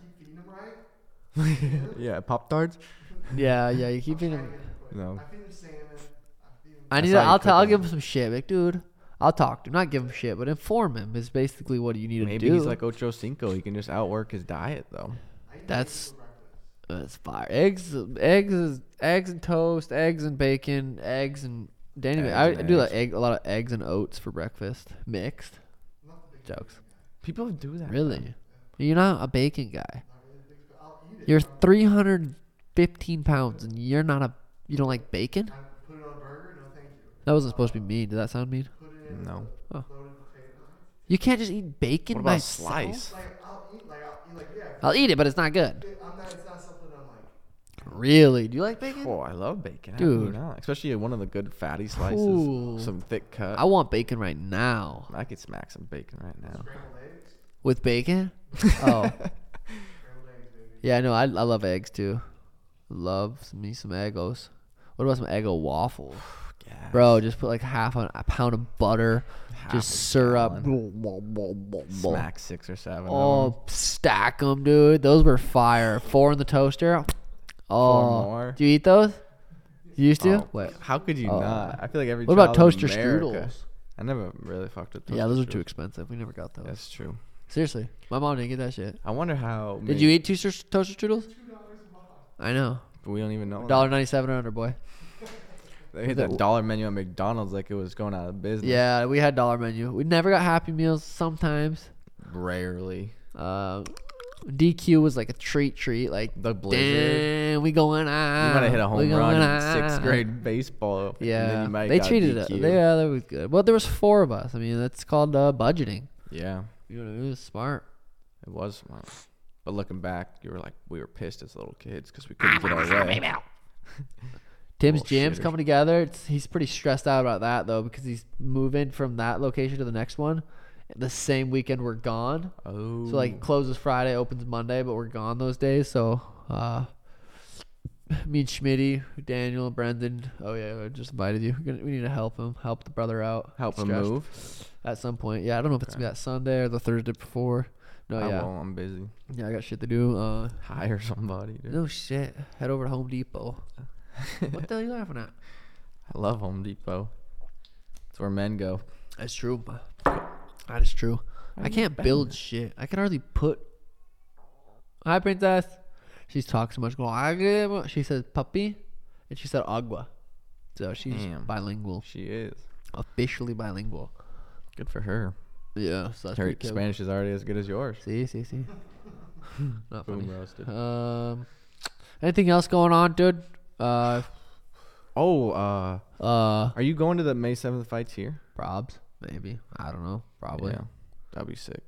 S4: keep feeding him right.
S2: yeah, pop tarts.
S1: yeah, yeah. You keep
S4: I,
S1: feeding
S4: get
S1: him.
S4: him quick.
S2: No.
S4: I feed him salmon. I feed him.
S1: I need.
S2: saw
S1: To,
S2: you
S1: I'll tell. I'll
S2: cooking.
S1: give him some shit, like, dude. I'll talk to him. Not give him shit, but inform him is basically what you need to
S2: Maybe
S1: do.
S2: he's like Ocho Cinco. He can just outwork his diet though.
S1: that's that's fire. Eggs, eggs, is, eggs and toast, eggs and bacon, eggs and. Danny,
S2: Eggs
S1: I,
S2: and
S1: I do like
S2: eggs.
S1: egg, a lot of eggs and oats for breakfast, mixed. Jokes.
S2: People do that.
S1: Really? You're not a bacon guy. You're 315 pounds and you're not a. You don't like bacon?
S4: I put it on a burger. No, thank you.
S1: That wasn't supposed to be mean. Did that sound mean?
S4: Put it in
S2: No.
S4: loaded potatoes.
S1: You can't just eat bacon
S2: What
S1: by
S2: about
S1: itself?
S2: slice?
S4: Like I'll eat. Like I'll eat. Like yeah.
S1: I'll eat it, but it's not good.
S4: if it- I'm not. It's not something I'm like.
S1: Really? Do you like bacon?
S2: Oh, I love bacon.
S1: Dude.
S2: Dude, especially one of the good fatty slices,
S1: Ooh.
S2: some thick cut.
S1: I want bacon right now.
S2: I could smack some bacon right now.
S4: Scrambled eggs.
S1: With bacon? Oh.
S4: Scrambled eggs, baby.
S1: Yeah, no, I, I love eggs too. Love me some Eggos. What about some Eggo waffles?
S2: Yeah.
S1: Bro, just put like half a, a pound of butter,
S2: Half
S1: just
S2: a
S1: syrup.
S2: Smack six or seven. Oh,
S1: Oh, stack them, dude. Those were fire. Four in the toaster. Oh,
S2: more.
S1: do you eat those? You used to? Wait.
S2: How could you
S1: Oh.
S2: not? I feel like every.
S1: What about
S2: child in
S1: toaster
S2: America-
S1: strudels?
S2: I never really fucked with. Toaster
S1: yeah, those are
S2: strudels.
S1: too expensive. We never got those.
S2: That's true.
S1: Seriously, my mom didn't get that shit.
S2: I wonder how.
S1: Did you eat toaster toaster strudels? I know.
S2: We don't even know.
S1: Dollar ninety seven or under, boy.
S2: They hit that dollar menu at McDonald's like it was going out of business.
S1: Yeah, we had dollar menu. We never got Happy Meals. Sometimes,
S2: Rarely.
S1: uh, DQ was like a treat, treat. Like
S2: The Blizzard.
S1: damn, we going
S2: You
S1: out.
S2: might have hit a
S1: we
S2: home run
S1: going
S2: in sixth
S1: out."
S2: grade baseball. and then
S1: Yeah,
S2: you might
S1: they uh,
S2: got
S1: treated it.
S2: DQ'd.
S1: Yeah, that was good. Well, there was four of us. I mean, that's called uh, budgeting.
S2: Yeah,
S1: You know, it was smart.
S2: it was smart. But looking back, you were like, we were pissed as little kids because we couldn't get our way.
S1: Tim's
S2: Little
S1: gym's
S2: shitters.
S1: coming together. It's, he's pretty stressed out about that though because he's moving from that location to the next one. The same weekend we're gone,
S2: Oh,
S1: so like closes Friday, opens Monday, but we're gone those days. So, uh, me and Schmitty, Daniel, Brendan. Oh yeah, I just invited you. We're gonna- We need to help him, help the brother out,
S2: help
S1: He's
S2: him
S1: stressed
S2: move.
S1: at some point. Yeah, I don't know if it's gonna be that Sunday or the Thursday before. No,
S2: I
S1: Oh, yeah,
S2: won't. I'm busy.
S1: yeah, I got shit to do. Uh,
S2: Hire somebody. Dude.
S1: No shit. Head over to Home Depot. what the hell are you laughing at?
S2: I love Home Depot. It's where men go.
S1: That's true. That is true. I can't build shit. I can hardly put. Hi, princess. She's talking so much. Go, "Agua." She says puppy, and she said agua. So she's
S2: Damn.
S1: bilingual,
S2: She is.
S1: officially bilingual.
S2: Good for her.
S1: Yeah, so that's
S2: Her
S1: pretty cool.
S2: Spanish is already as good as yours.
S1: See, see, see. Not funny.
S2: Boom roasted.
S1: Um, anything else going on, dude? Uh,
S2: Oh, uh,
S1: uh,
S2: are you going to the May seventh fights here?
S1: probs maybe. I don't know. Probably.
S2: Yeah, that'd be sick.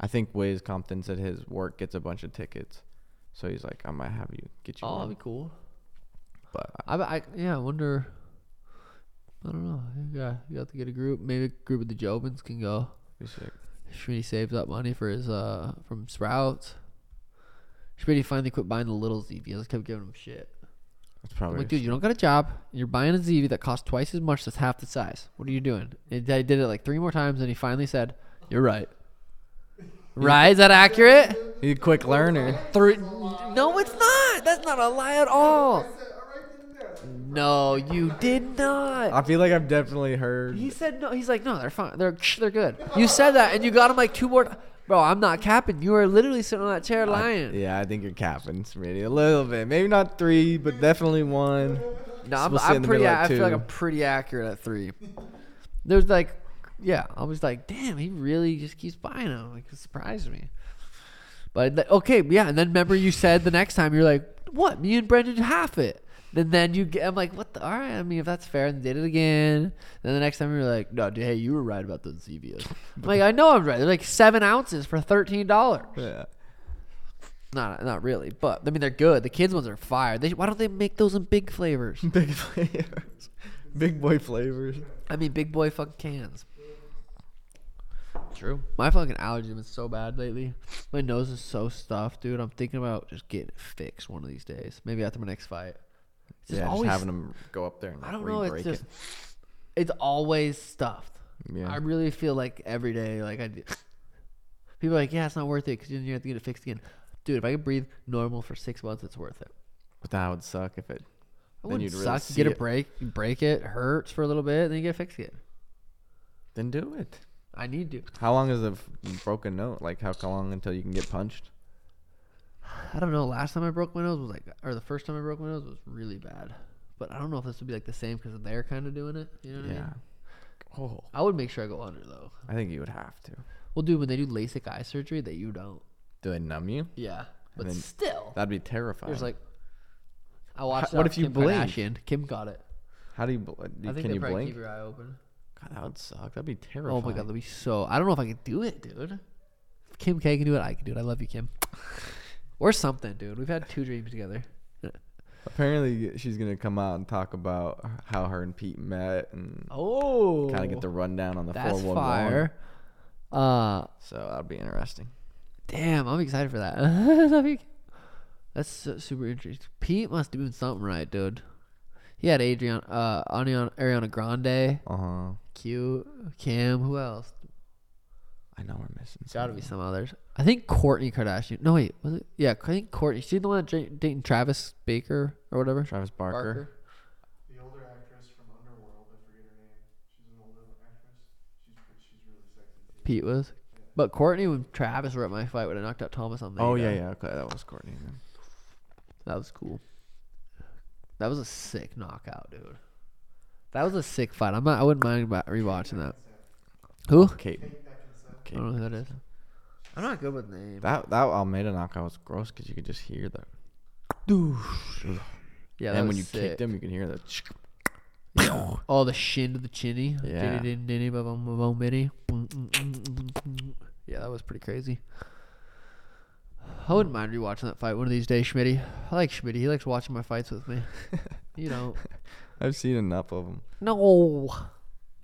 S2: I think Waze Compton said his work gets a bunch of tickets, so he's like, I might have you get you
S1: Oh,
S2: one.
S1: that'd be cool.
S2: But
S1: I, I yeah, I wonder. I don't know. Yeah, you have to get a group. Maybe a group of the Jobins can go.
S2: that'd be sick.
S1: Schmitty saves up money for his uh from Sprouts. Schmitty finally quit buying the little Zevias. Kept giving him shit.
S2: That's
S1: I'm
S2: probably
S1: like, dude, you don't got a job. and You're buying a Zevia that costs twice as much. That's half the size. What are you doing? And I did it like three more times, and he finally said, "You're right." right? Is that accurate?
S2: He's a quick learner.
S1: Three. No, it's not. That's not a lie at all.
S4: I said, all right then and there.
S1: No, you did not.
S2: I feel like I've definitely heard.
S1: He said no. He's like, no, they're fine. They're they're good. You said that, and you got him like two more. Bro, I'm not capping. You were literally sitting on that chair lying.
S2: yeah, I think you're capping, Smitty, a little bit. Maybe not three, but definitely one.
S1: No, I'm,
S2: We'll sit
S1: I'm
S2: in the
S1: pretty.
S2: middle at
S1: I feel like
S2: two.
S1: I'm pretty accurate at three. There's like, yeah, I was like, damn, he really just keeps buying them. Like, it surprised me. But th- okay, yeah, and then remember you said the next time you're like, what? Me and Brendan half it. And then you get, I'm like, what the? All right, I mean, if that's fair, and did it again. Then the next time you're like, no, dude, hey, you were right about those Zevias. I'm like, I know I'm right. They're like seven ounces for thirteen dollars.
S2: Yeah.
S1: Not, not really, but I mean, they're good. The kids ones are fire. They, why don't they make those in big flavors?
S2: Big flavors. Big boy flavors.
S1: I mean, big boy fucking cans.
S3: True.
S1: My fucking allergy has been so bad lately. My nose is so stuffed, dude. I'm thinking about just getting it fixed one of these days. Maybe after my next fight. It's just
S2: yeah,
S1: always,
S2: just having them go up there and
S1: I
S2: like,
S1: don't know. It's
S2: re-break
S1: just, it's always stuffed.
S2: Yeah.
S1: I really feel like every day, like I do. People are like, yeah, it's not worth it because you have to get it fixed again. Dude, if I could breathe normal for six months, it's worth it.
S2: But that would suck if it.
S1: It
S2: Then
S1: wouldn't
S2: you'd really
S1: suck. You
S2: see
S1: get a
S2: it.
S1: break, you break it, hurts for a little bit, then you get it fixed again.
S2: Then do it.
S1: I need to.
S2: How long is a f- broken note? Like how how long until you can get punched?
S1: I don't know. Last time I broke my nose was like, or the first time I broke my nose was really bad. But I don't know if this would be like the same because they're kind of doing it. You know what I mean?
S2: Oh,
S1: I would make sure I go under though.
S2: I think you would have to.
S1: Well, dude, when they do LASIK eye surgery, that you don't.
S2: Do they numb you?
S1: Yeah, but
S2: then-
S1: still,
S2: That'd be terrifying.
S1: there's like. I watched.
S2: what
S1: that
S2: if
S1: with
S2: you
S1: Kim
S2: blink?
S1: Kardashian. Kim got it.
S2: how do you? Bl- uh,
S1: I think
S2: can
S1: they
S2: you
S1: probably
S2: blink?
S1: keep your eye open.
S2: God, that would suck. That'd be terrifying.
S1: Oh my god, that'd be so. I don't know if I could do it, dude. If Kim K can do it, I can do it. I love you, Kim. or something, dude. We've had two dreams together.
S2: Apparently, she's gonna come out and talk about how her and Pete met and
S1: Oh,
S2: kind of get the rundown on the
S1: that's
S2: 411.
S1: fire. Uh,
S2: So that'd be interesting.
S1: Damn, I'm excited for that. Love you. That's su- super interesting. Pete must have been something right, dude. He had Adrian, uh, Ariana, Ariana Grande,
S2: Uh huh.
S1: Q, Kim. Who else?
S2: I know we're missing.
S1: Got to
S2: something.
S1: be some others. I think Courtney Kardashian. No wait, was it? Yeah, I think Courtney. She the one that dra- dating Travis Baker or whatever.
S2: Travis Barker.
S4: The older actress from Underworld, I forget her name. She's an older actress. She's pre- she's really sexy too.
S1: Pete was. But Courtney and Travis were at my fight when I knocked out Thomas on the.
S2: Oh yeah, yeah. Okay, that was Courtney. Then.
S1: That was cool. That was a sick knockout, dude. That was a sick fight. I'm not, I wouldn't mind about rewatching that. Who?
S2: Kate.
S1: I
S2: Kate.
S1: don't know who that is. I'm not good with names.
S2: That that Almeida knockout was gross because you could just hear the.
S1: yeah, that was
S2: and when you
S1: sick.
S2: kicked him, you could hear the.
S1: oh, the shin to the chinny.
S2: Yeah.
S1: Diddy-diddy-diddy, ba-bum, ba-bum, biddy. Mm, mm, mm, mm, mm. Yeah, that was pretty crazy. I wouldn't mind rewatching that fight one of these days, Schmitty. I like Schmitty. He likes watching my fights with me. you don't.
S2: I've seen enough of them.
S1: No.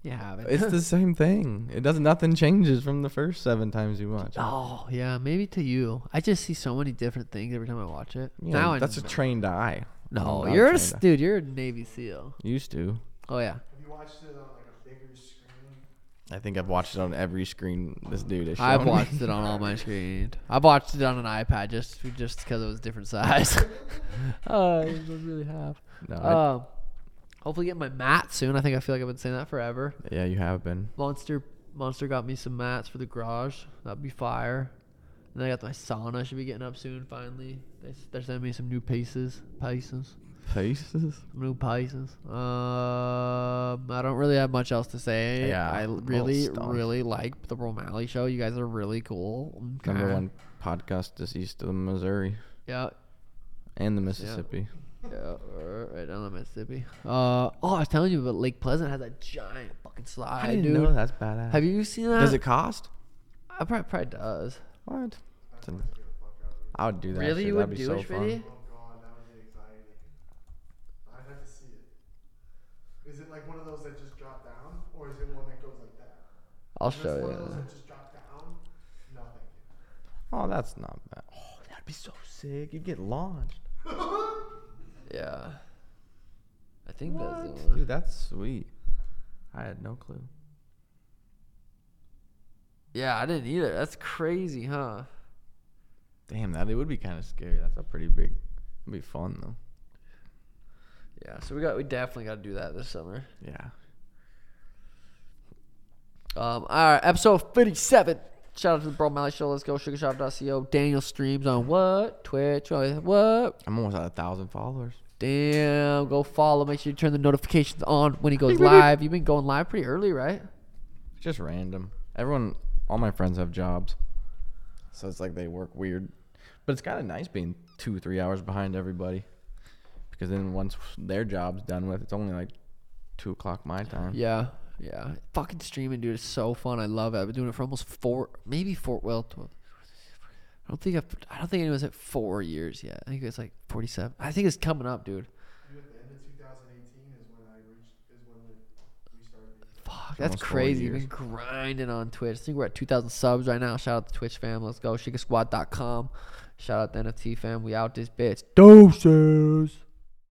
S1: You haven't.
S2: It's the same thing. It doesn't. Nothing changes from the first seven times you watch. it.
S1: Oh yeah, maybe to you. I just see so many different things every time I watch it.
S2: You know,
S1: now I
S2: that's a
S1: know.
S2: trained eye.
S1: no.
S2: I'm not
S1: You're a
S2: trained
S1: s- dude. You're a Navy SEAL.
S2: eye. Used to.
S1: Oh yeah.
S4: Have you watched it on like a bigger screen?
S2: I think I've watched it on every screen. This dude has.
S1: I've
S2: shown me.
S1: watched it on all my screens. I've watched it on an iPad just just because it was different size. uh, I really have.
S2: No, I-
S1: Um, hopefully get my mat soon. I think I feel like I've been saying that forever.
S2: yeah, you have been.
S1: Monster Monster got me some mats for the garage. That'd be fire. And then I got my sauna. Should be getting up soon. Finally, they s- they're sending me some new pieces. Pieces.
S2: Faces.
S1: New Pisces. Um, I don't really have much else to say.
S2: Yeah,
S1: I
S2: I'm all
S1: really,
S2: stumped.
S1: really like the Romali show. You guys are really cool.
S2: Number
S1: Okay.
S2: one podcast is east of the Missouri
S1: Yeah,
S2: and the Mississippi.
S1: yeah, right down the Mississippi. Uh, oh, I was telling you, but Lake Pleasant has that giant fucking slide,
S2: I didn't
S1: dude.
S2: know that's badass.
S1: Have you seen that?
S2: Does it cost?
S1: I probably, probably does.
S2: What? It's an- I would do that.
S1: Really,
S2: shit.
S1: you
S2: That'd
S1: would
S2: be
S1: do
S2: so
S1: it,
S2: fun.
S1: Smitty?
S4: Oh god, that was the anxiety. I'd have to see it. Is it like one of those that just drop down, or is it one that goes like that?
S1: I'll
S4: If
S1: show
S4: it's one of those
S1: you.
S4: that just drop down. No, thank you.
S2: Oh, that's not bad. Oh, that'd be so sick. You'd get launched.
S1: Yeah, I think that's the
S2: What?
S1: one.
S2: Dude, that's sweet. I had no clue.
S1: Yeah, I didn't either. That's crazy, huh?
S2: Damn, that it would be kind of scary. That's a pretty big. It'd be fun though.
S1: Yeah, so we got we definitely got to do that this summer.
S2: Yeah.
S1: Um, all right, episode fifty-seven. Shout out to the Bro Mally Show. Let's go sugarshop.co. E Daniel streams on what Twitch? Oh, What?
S2: I'm almost at a thousand followers.
S1: Damn, go follow. Make sure you turn the notifications on when he goes live. You've been going live pretty early, right?
S2: Just random. Everyone, all my friends have jobs, so it's like they work weird. But it's kind of nice being two, three hours behind everybody, because then once their job's done with, it's only like two o'clock my time.
S1: Yeah, yeah. Fucking streaming, dude, is so fun. I love it. I've been doing it for almost four, maybe four. Well, tw- I don't think I've, I don't think anyone's at four years yet. I think it's like forty-seven. I think it's coming up, dude.
S4: Dude, at the end of 2018 is when I reached, is when we we started. being-
S1: Fuck, that's
S2: Almost four
S1: crazy. We've
S2: years.
S1: been grinding on Twitch. I think we're at 2,000 subs right now. Shout out to Twitch fam. Let's go. ShigaSquad.com. Shout out to NFT fam. We out this bitch. Doses.